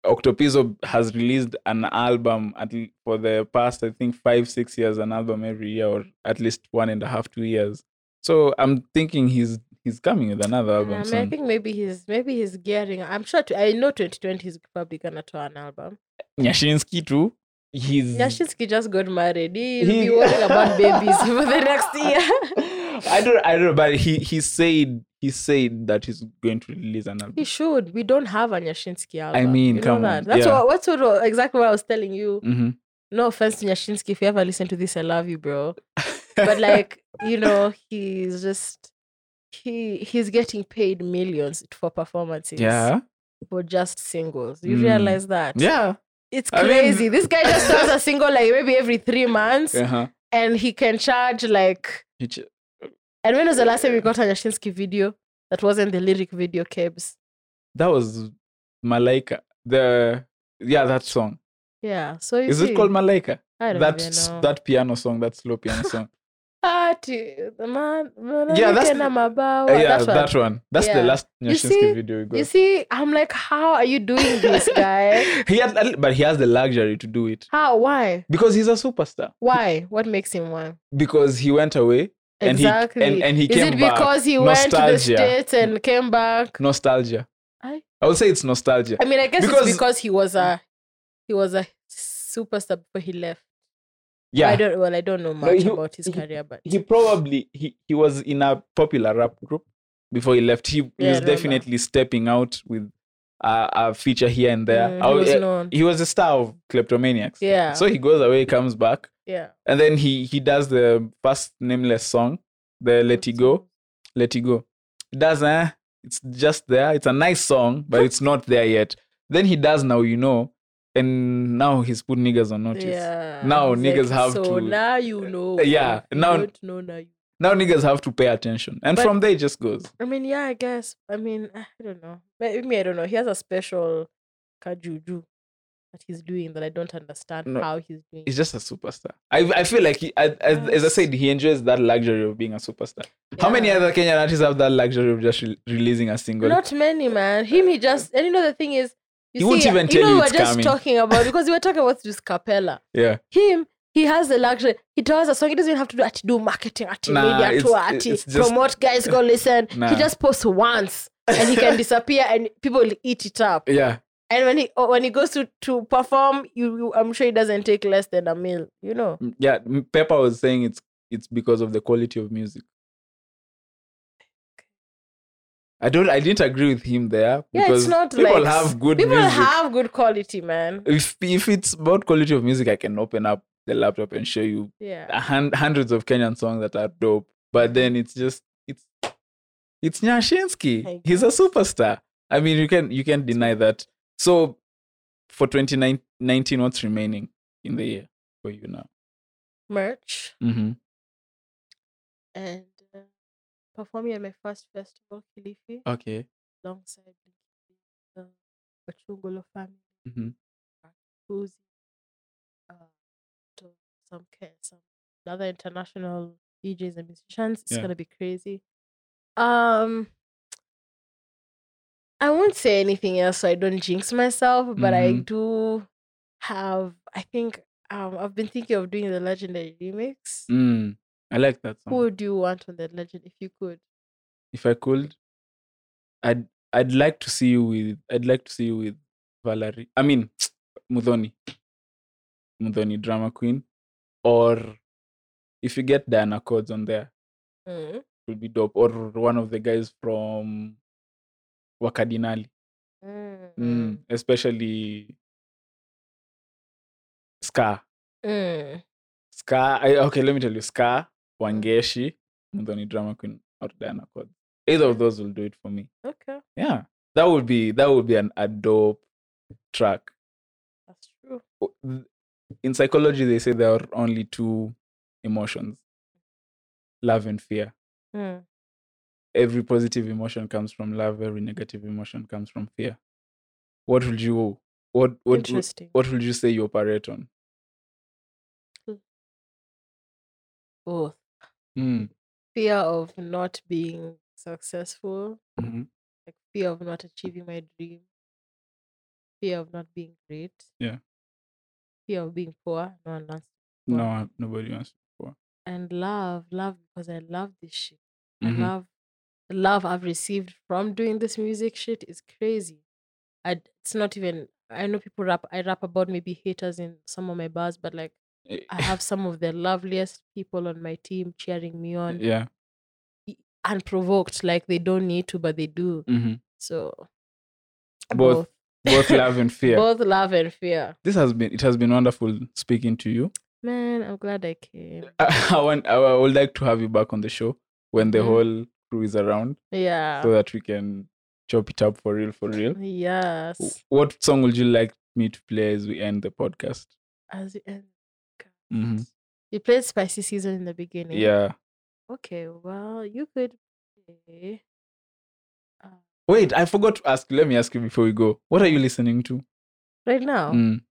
Speaker 2: octopizzo has released an album at, l- for the past i think five six years an album every year or at least one and a half two years so i'm thinking he's he's coming with
Speaker 1: And
Speaker 2: another album
Speaker 1: I, mean, I
Speaker 2: soon.
Speaker 1: think maybe he's maybe he's gearing. I'm sure. To, I know 2020 is probably gonna tour an album.
Speaker 2: Nyashinsky too. He's
Speaker 1: Yashinsky just got married. He'll
Speaker 2: Mm.
Speaker 1: be
Speaker 2: He-
Speaker 1: worrying about babies for the next year.
Speaker 2: I don't I don't know, but he he said he said that he's going to release an
Speaker 1: he
Speaker 2: album.
Speaker 1: should. We don't have a Yashinsky album.
Speaker 2: mean,
Speaker 1: you
Speaker 2: come
Speaker 1: know that.
Speaker 2: on,
Speaker 1: That's
Speaker 2: yeah.
Speaker 1: what, what's what, exactly what I was telling you.
Speaker 2: Mhm.
Speaker 1: No offense to Yashinsky. If you ever listen to this, I love you, bro. But like, you know, he's just he he's getting paid millions for performances.
Speaker 2: yeah,
Speaker 1: For just singles. You
Speaker 2: Mm.
Speaker 1: realize that?
Speaker 2: yeah,
Speaker 1: It's
Speaker 2: I mean-
Speaker 1: crazy. this guy just does a single like maybe every three months
Speaker 2: uh-huh.
Speaker 1: and he can charge like
Speaker 2: He ch-
Speaker 1: And when was the last time we got a Yashinsky video that wasn't the lyric video, Kebs?
Speaker 2: that was Malaika. The yeah, that song
Speaker 1: Yeah. So you
Speaker 2: is it
Speaker 1: see,
Speaker 2: called Malaika?
Speaker 1: I don't
Speaker 2: That
Speaker 1: even
Speaker 2: s-
Speaker 1: know.
Speaker 2: that piano song, that slow piano song.
Speaker 1: Party, the man,
Speaker 2: Yeah, that's
Speaker 1: mwanamke na
Speaker 2: the-
Speaker 1: mabawa,
Speaker 2: Uh, yeah,
Speaker 1: that one.
Speaker 2: that one. That's the
Speaker 1: Oh, Yeah.
Speaker 2: last
Speaker 1: You
Speaker 2: Nyashinsky
Speaker 1: see?
Speaker 2: video we got.
Speaker 1: You see, I'm like, how are you doing this, guy?
Speaker 2: he had, but he has the luxury to do it
Speaker 1: How? Why?
Speaker 2: because he's a superstar.
Speaker 1: Why? What makes him one?
Speaker 2: Because he went away, And he- and-
Speaker 1: Exactly.
Speaker 2: and he
Speaker 1: Is
Speaker 2: came
Speaker 1: it
Speaker 2: back.
Speaker 1: because he went to the
Speaker 2: Nostalgia.
Speaker 1: states and came back?
Speaker 2: nostalgia.
Speaker 1: I,
Speaker 2: I would say it's nostalgia.
Speaker 1: I mean, I guess
Speaker 2: Because- Mm.
Speaker 1: it's because he was a he was a superstar before he left.
Speaker 2: Yeah,
Speaker 1: I don't. Well, I don't know much
Speaker 2: he-
Speaker 1: about his
Speaker 2: he-
Speaker 1: career, but
Speaker 2: he probably he, he was in a popular rap group before he left. He, he
Speaker 1: Yeah, I
Speaker 2: was
Speaker 1: remember.
Speaker 2: definitely stepping out with a, a feature here and there.
Speaker 1: Mm,
Speaker 2: I
Speaker 1: he was
Speaker 2: would-
Speaker 1: known.
Speaker 2: he was a star of Kleptomaniacs.
Speaker 1: Yeah.
Speaker 2: So he goes away, comes back,
Speaker 1: yeah.
Speaker 2: and then he he does the first nameless song, the Let It Go, Let It Go. He does eh? It's just there. It's a nice song, but it's not there yet. Then he does Now You Know, and now he's put niggas on notice.
Speaker 1: Yeah.
Speaker 2: Now
Speaker 1: it's
Speaker 2: niggas have
Speaker 1: so
Speaker 2: to-
Speaker 1: now you know.
Speaker 2: yeah,
Speaker 1: If you
Speaker 2: now-
Speaker 1: don't know now. You...
Speaker 2: Now niggas have to pay attention, and
Speaker 1: But-
Speaker 2: from there it just goes.
Speaker 1: I mean, yeah, I guess. I mean, ah, I don't know. Maybe I don't know. He has a special kajuju that he's doing that I don't understand
Speaker 2: No,
Speaker 1: how he's doing.
Speaker 2: he's just a superstar. I I feel like he, I, as, as I
Speaker 1: Yes.
Speaker 2: said, he enjoys that luxury of being a superstar. How many other Kenyan artists have that luxury of just re- releasing a single?
Speaker 1: Not many, man. Him, he just and you know the thing is, you
Speaker 2: He
Speaker 1: see,
Speaker 2: won't even
Speaker 1: you
Speaker 2: tell
Speaker 1: know,
Speaker 2: you
Speaker 1: we we're
Speaker 2: it's
Speaker 1: just
Speaker 2: coming.
Speaker 1: talking about because we were talking about this Capella.
Speaker 2: yeah,
Speaker 1: Him. He has the luxury. He does a song. He doesn't even have to do ati do marketing, ati
Speaker 2: Nah,
Speaker 1: media
Speaker 2: it's-
Speaker 1: tour, ati
Speaker 2: it's just-
Speaker 1: promote. Guys, go listen.
Speaker 2: Nah.
Speaker 1: He just posts once, and he can disappear, and people will eat it up.
Speaker 2: yeah.
Speaker 1: And when he oh, when he goes to to perform, you, you I'm sure it doesn't take less than a meal. You know,
Speaker 2: Mm, yeah. mm, Pepper was saying it's it's because of the quality of music. I don't. I didn't agree with him there
Speaker 1: Yeah, it's
Speaker 2: because
Speaker 1: not
Speaker 2: people
Speaker 1: like-
Speaker 2: have good
Speaker 1: people
Speaker 2: music.
Speaker 1: have good quality, man.
Speaker 2: if if it's about quality of music, I can open up the laptop and show you
Speaker 1: Yeah.
Speaker 2: a hun- hundreds of Kenyan songs that are dope. But then it's just it's it's Nyashinsky. He's a superstar. I mean, you can you can deny that. So for 2019, what's remaining in the year for you now?
Speaker 1: Merch
Speaker 2: Mm-hmm.
Speaker 1: and uh, performing at my first festival, Kilifi,
Speaker 2: Okay.
Speaker 1: alongside the Wachungolo family,
Speaker 2: Mhm.
Speaker 1: who's uh, to some, Ke- some other international DJs and musicians. It's
Speaker 2: Yeah.
Speaker 1: gonna be crazy. Um, I won't say anything else, so I don't jinx myself. But I
Speaker 2: Mhm.
Speaker 1: do have. I think um, I've been thinking of doing the legendary remix.
Speaker 2: Mm, I like that
Speaker 1: Who
Speaker 2: song.
Speaker 1: would you want on the legend if you could?
Speaker 2: If I could, I'd I'd like to see you with I'd like to see you with Valerie. I mean Mudhoni. Mudhoni drama queen. Or if you get Diana Chords on there,
Speaker 1: Mm.
Speaker 2: it would be dope. Or one of the guys from Wakadinali. Mm. Especially Scar.
Speaker 1: Mm.
Speaker 2: Scar. I, okay, let me tell you. Scar, Wangeshi, Mudhoni drama queen, or Diana Chords. Either of those will do it for me.
Speaker 1: Okay,
Speaker 2: yeah that would be that would be an a dope track
Speaker 1: that's true.
Speaker 2: O- th- in psychology they say there are only two emotions love and fear
Speaker 1: Mm.
Speaker 2: every positive emotion comes from love every negative emotion comes from fear what would you what what would-
Speaker 1: Interesting.
Speaker 2: what would you say you operate on
Speaker 1: Both
Speaker 2: Hmm.
Speaker 1: fear of not being successful,
Speaker 2: Mhm.
Speaker 1: like fear of not achieving my dream, fear of not being great.
Speaker 2: Yeah.
Speaker 1: Fear of being poor. No one wants.
Speaker 2: no nobody wants
Speaker 1: And love, love because I love this shit.
Speaker 2: Mhm.
Speaker 1: I love the love I've received from doing this music shit is crazy. I it's not even I know people rap I rap about maybe haters in some of my bars, but like
Speaker 2: Eh,
Speaker 1: I have some of the loveliest people on my team cheering me on
Speaker 2: yeah
Speaker 1: unprovoked, like they don't need to, but they do.
Speaker 2: Mhm.
Speaker 1: So
Speaker 2: Both both love and fear
Speaker 1: both love and fear.
Speaker 2: this has been it has been wonderful speaking to you
Speaker 1: Man, I'm glad I came.
Speaker 2: I, I want I, I would like to have you back on the show when the
Speaker 1: Mhm.
Speaker 2: whole crew is around
Speaker 1: Yeah.
Speaker 2: so that we can chop it up for real for real. W-
Speaker 1: yes.
Speaker 2: What song would you like me to play as we end the podcast?
Speaker 1: As you end.
Speaker 2: Mhm.
Speaker 1: You played spicy season in the beginning.
Speaker 2: Yeah.
Speaker 1: Okay, well, you could play. Uh,
Speaker 2: Wait, I forgot to ask. Let me ask you before we go. What are you listening to?
Speaker 1: right now,
Speaker 2: Mm,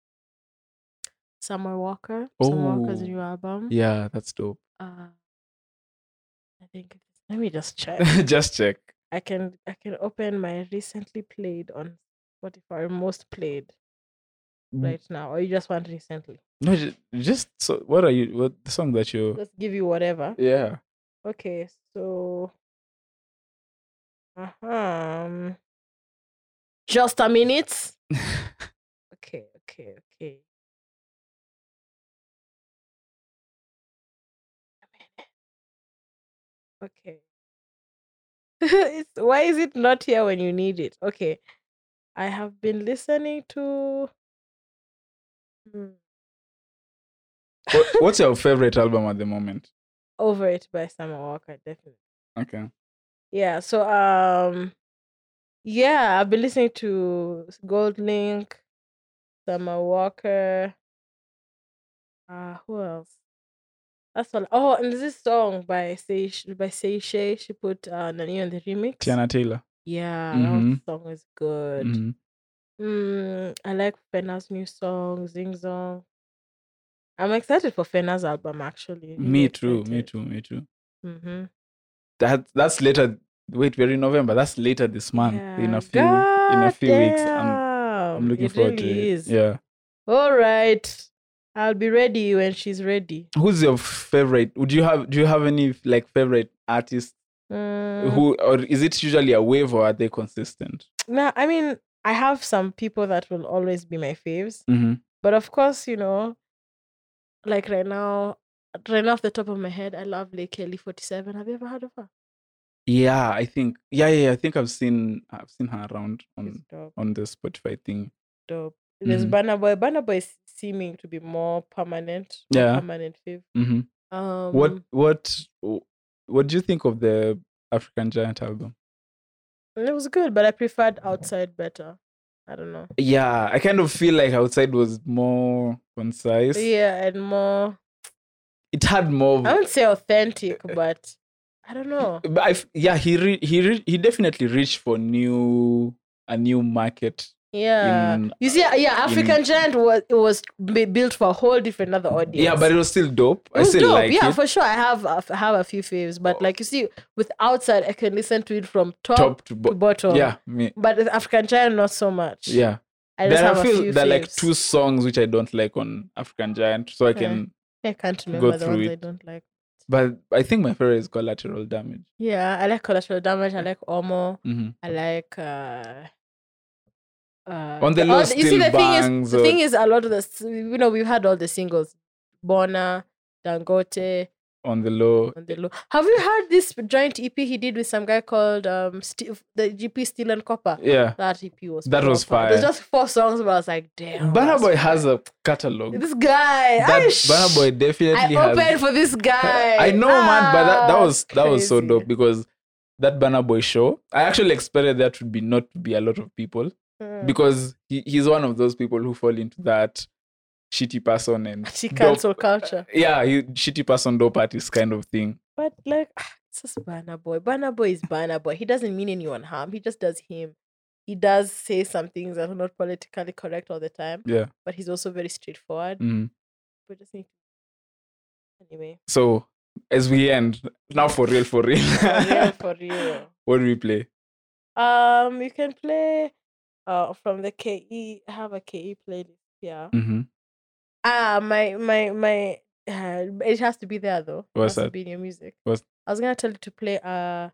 Speaker 1: Summer Walker. Summer Walker's
Speaker 2: Oh,
Speaker 1: new album.
Speaker 2: Yeah, that's dope.
Speaker 1: Uh, I think. Let me just check.
Speaker 2: Just check.
Speaker 1: I can I can open my recently played on Spotify most played
Speaker 2: Mm.
Speaker 1: right now, or you just want recently.
Speaker 2: No, just, just so. What are you? What the song that you?
Speaker 1: Let's give you whatever.
Speaker 2: Yeah.
Speaker 1: Okay, so uh-huh. just a minute. Okay, okay, okay. Okay. it's, why is it not here when you need it? Okay. I have been listening to. Hmm,
Speaker 2: What, what's your favorite album at the moment?
Speaker 1: Over It by Summer Walker, definitely.
Speaker 2: Okay.
Speaker 1: Yeah, so, um, yeah, I've been listening to Gold Link, Summer Walker. Uh, who else? That's all. Oh, and there's this song by Say by Say Shay. She put uh, Nani on the remix.
Speaker 2: Tiana Taylor.
Speaker 1: Yeah,
Speaker 2: Mhm.
Speaker 1: that song is good.
Speaker 2: Mhm.
Speaker 1: Mm, I like Fena's new song, Zing Zong. I'm excited for Fena's album, actually.
Speaker 2: Me too.
Speaker 1: uh,
Speaker 2: Me too. Me too.
Speaker 1: Mm-hmm.
Speaker 2: that that's later wait we're in november that's later this month in a few in a few weeks i'm, I'm looking
Speaker 1: it
Speaker 2: forward
Speaker 1: really
Speaker 2: to it
Speaker 1: is.
Speaker 2: yeah
Speaker 1: All right. I'll be ready when she's ready.
Speaker 2: who's your favorite would you have do you have any like favorite artist
Speaker 1: Mm,
Speaker 2: who or is it usually a wave or are they consistent
Speaker 1: Nah, I mean, I have some people that will always be my faves.
Speaker 2: mm-hmm.
Speaker 1: But of course, you know, like right now, right now off the top of my head, I love Lake Kelly 47. Have you ever heard of her?
Speaker 2: yeah i think yeah, yeah yeah i think i've seen i've seen her around
Speaker 1: She's
Speaker 2: on
Speaker 1: dope,
Speaker 2: on the spotify thing
Speaker 1: dope. There's
Speaker 2: Mhm.
Speaker 1: Banner Boy. Banner Boy is seeming to be more permanent. more
Speaker 2: Yeah.
Speaker 1: Permanent fave.
Speaker 2: hmm
Speaker 1: Um,
Speaker 2: what what what do you think of the African Giant album?
Speaker 1: It was good, but I preferred Outside better. I don't know.
Speaker 2: Yeah, I kind of feel like Outside was more concise.
Speaker 1: Yeah, and more.
Speaker 2: It had more.
Speaker 1: I won't say authentic, but I don't know.
Speaker 2: But I f- yeah, he re- he re- he definitely reached for new a new market.
Speaker 1: Yeah.
Speaker 2: in-
Speaker 1: you see, uh, yeah, African
Speaker 2: in-
Speaker 1: Giant was it was b- built for a whole different other audience.
Speaker 2: Yeah, but it was still dope. I
Speaker 1: It was
Speaker 2: still
Speaker 1: dope.
Speaker 2: like
Speaker 1: yeah,
Speaker 2: it. Oh.
Speaker 1: for sure. I have a f- have a few faves, but like you see, with outside, I can listen to it from top,
Speaker 2: Top
Speaker 1: to
Speaker 2: to bottom.
Speaker 1: bottom.
Speaker 2: Yeah, me.
Speaker 1: but with African Giant, not so much.
Speaker 2: Yeah,
Speaker 1: I just
Speaker 2: there
Speaker 1: have
Speaker 2: are
Speaker 1: a
Speaker 2: few
Speaker 1: few
Speaker 2: there are like
Speaker 1: faves.
Speaker 2: two songs which I don't like on African Giant, so I
Speaker 1: Okay.
Speaker 2: can.
Speaker 1: I can't remember the
Speaker 2: through
Speaker 1: ones
Speaker 2: it.
Speaker 1: I don't like.
Speaker 2: But I think my favorite is Collateral Damage.
Speaker 1: Yeah, I like collateral damage. I like Omo.
Speaker 2: Mm-hmm.
Speaker 1: I like. uh uh,
Speaker 2: On the
Speaker 1: all
Speaker 2: low,
Speaker 1: the- you see,
Speaker 2: still
Speaker 1: the thing
Speaker 2: bangs.
Speaker 1: is, the
Speaker 2: or-
Speaker 1: thing is, a lot of the s- you know we've had all the singles, Bona, Dangote,
Speaker 2: on the low.
Speaker 1: on the low. Have you heard this joint EP he did with some guy called um Steve, the GP Steel and Copper?
Speaker 2: Yeah.
Speaker 1: That EP was
Speaker 2: That was
Speaker 1: proper. There's
Speaker 2: fire.
Speaker 1: just four songs, but I was like, damn. Oh,
Speaker 2: Banner
Speaker 1: that's
Speaker 2: Boy
Speaker 1: fire.
Speaker 2: has a catalog.
Speaker 1: this guy.
Speaker 2: That
Speaker 1: I sh-
Speaker 2: Banner Boy
Speaker 1: I
Speaker 2: definitely
Speaker 1: opened
Speaker 2: has.
Speaker 1: for this guy.
Speaker 2: I know, man, but that, that
Speaker 1: Ah,
Speaker 2: was that was so
Speaker 1: crazy.
Speaker 2: dope because that Banner Boy show. I actually expected that would be not to be a lot of people
Speaker 1: Mm.
Speaker 2: because he, he's one of those people who fall into that shitty person and
Speaker 1: she
Speaker 2: dope-
Speaker 1: cancel culture,
Speaker 2: yeah, he, shitty person dope artist kind of thing.
Speaker 1: but like ah, it's just Banner Boy. Banner Boy is Banner Boy. He doesn't mean anyone harm. He just does him. He does say some things that are not politically correct all the time,
Speaker 2: Yeah.
Speaker 1: but he's also very straightforward.
Speaker 2: Mhm.
Speaker 1: We just need. Anyway,
Speaker 2: So as we end now, for real, for real,
Speaker 1: for real, for real.
Speaker 2: what do we play?
Speaker 1: Um, you can play uh from the KE have a KE playlist here.
Speaker 2: Mm-hmm.
Speaker 1: Ah, my my my uh, it has to be there though. It has
Speaker 2: What's
Speaker 1: to
Speaker 2: that?
Speaker 1: be in your music.
Speaker 2: What's-
Speaker 1: I was gonna tell you to play uh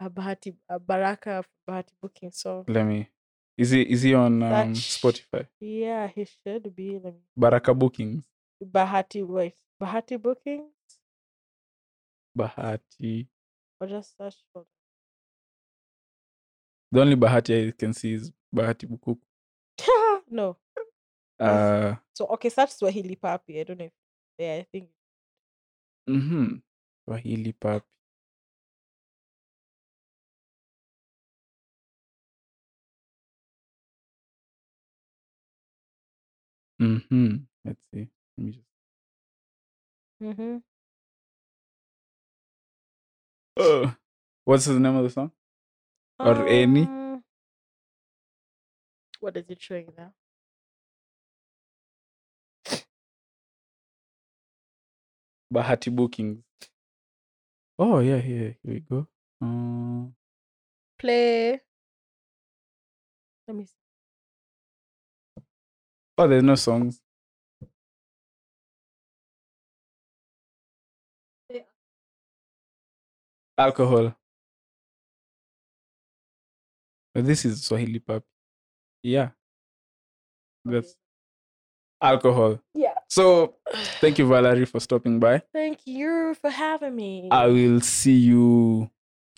Speaker 1: a Bahati a Baraka Bahati booking song.
Speaker 2: Let me. Is he is he on
Speaker 1: That
Speaker 2: um,
Speaker 1: sh-
Speaker 2: Spotify?
Speaker 1: Yeah, he should be. Let me
Speaker 2: Baraka Bookings.
Speaker 1: Bahati wait. Bahati booking
Speaker 2: Bahati.
Speaker 1: or just search for
Speaker 2: The only Bahati I can see is Bahati Bukuku.
Speaker 1: no.
Speaker 2: Uh,
Speaker 1: So okay, search Swahili Papi. I don't know if yeah, I think
Speaker 2: mm-hmm. Swahili Papi. Mm-hmm. Let's see. Let me just.
Speaker 1: mm-hmm.
Speaker 2: Uh, what's the name of the song? Or any?
Speaker 1: Um, What is it showing now?
Speaker 2: Bahati Bookings. Oh yeah, yeah. Here we go. Uh,
Speaker 1: Play. Let me see.
Speaker 2: oh, there's no songs.
Speaker 1: Yeah.
Speaker 2: Alcohol. Uh, This is Swahili pub. Yeah. That's alcohol.
Speaker 1: Yeah.
Speaker 2: So thank you, Valerie, for stopping by.
Speaker 1: Thank you for having me.
Speaker 2: I will see you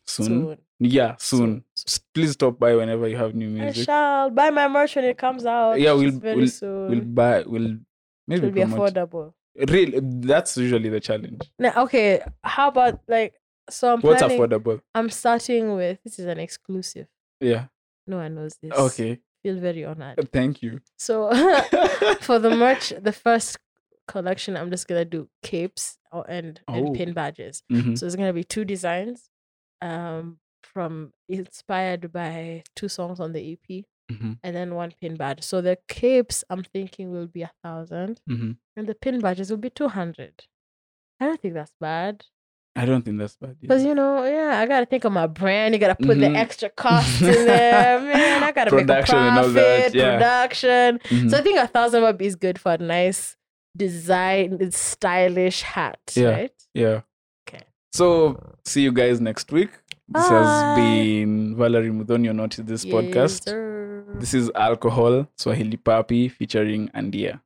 Speaker 2: soon. Yeah, soon.
Speaker 1: Soon.
Speaker 2: S- Please stop by whenever you have new
Speaker 1: I
Speaker 2: music.
Speaker 1: shall buy my merch when it comes out.
Speaker 2: Yeah, we'll-
Speaker 1: It's very
Speaker 2: we'll-
Speaker 1: soon.
Speaker 2: We'll buy. We'll maybe
Speaker 1: It'll be
Speaker 2: promote.
Speaker 1: affordable.
Speaker 2: Real. That's usually the challenge.
Speaker 1: Now, okay, how about like so? I'm
Speaker 2: What's
Speaker 1: planning.
Speaker 2: affordable?
Speaker 1: I'm starting with this is an exclusive.
Speaker 2: Yeah.
Speaker 1: No one knows this.
Speaker 2: Okay.
Speaker 1: feel very honored.
Speaker 2: Thank you.
Speaker 1: So for the merch, the first collection, I'm just gonna do capes or, and
Speaker 2: Oh.
Speaker 1: and pin badges.
Speaker 2: Mhm.
Speaker 1: So it's gonna be two designs, um, from inspired by two songs on the EP,
Speaker 2: Mhm.
Speaker 1: and then one pin badge. So the capes I'm thinking will be a thousand,
Speaker 2: Mhm.
Speaker 1: and the pin badges will be two hundred. I don't think that's bad,
Speaker 2: I don't think that's bad. yeah.
Speaker 1: cause you know, yeah, I gotta think of my brand. You gotta put
Speaker 2: Mhm.
Speaker 1: the extra costs in there, man. I gotta
Speaker 2: Production
Speaker 1: make a
Speaker 2: and all
Speaker 1: profit,
Speaker 2: that, yeah.
Speaker 1: production.
Speaker 2: Mhm.
Speaker 1: So I think a thousand would be is good for a nice design, stylish hat,
Speaker 2: Yeah.
Speaker 1: right?
Speaker 2: yeah.
Speaker 1: Okay.
Speaker 2: So see you guys next week. This has
Speaker 1: Bye.
Speaker 2: been Valerie Mudon. You notice this podcast.
Speaker 1: Yes,
Speaker 2: This is Alcohol Swahili Papi featuring Andia.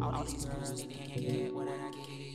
Speaker 3: All, all these girls, they can't get what I get.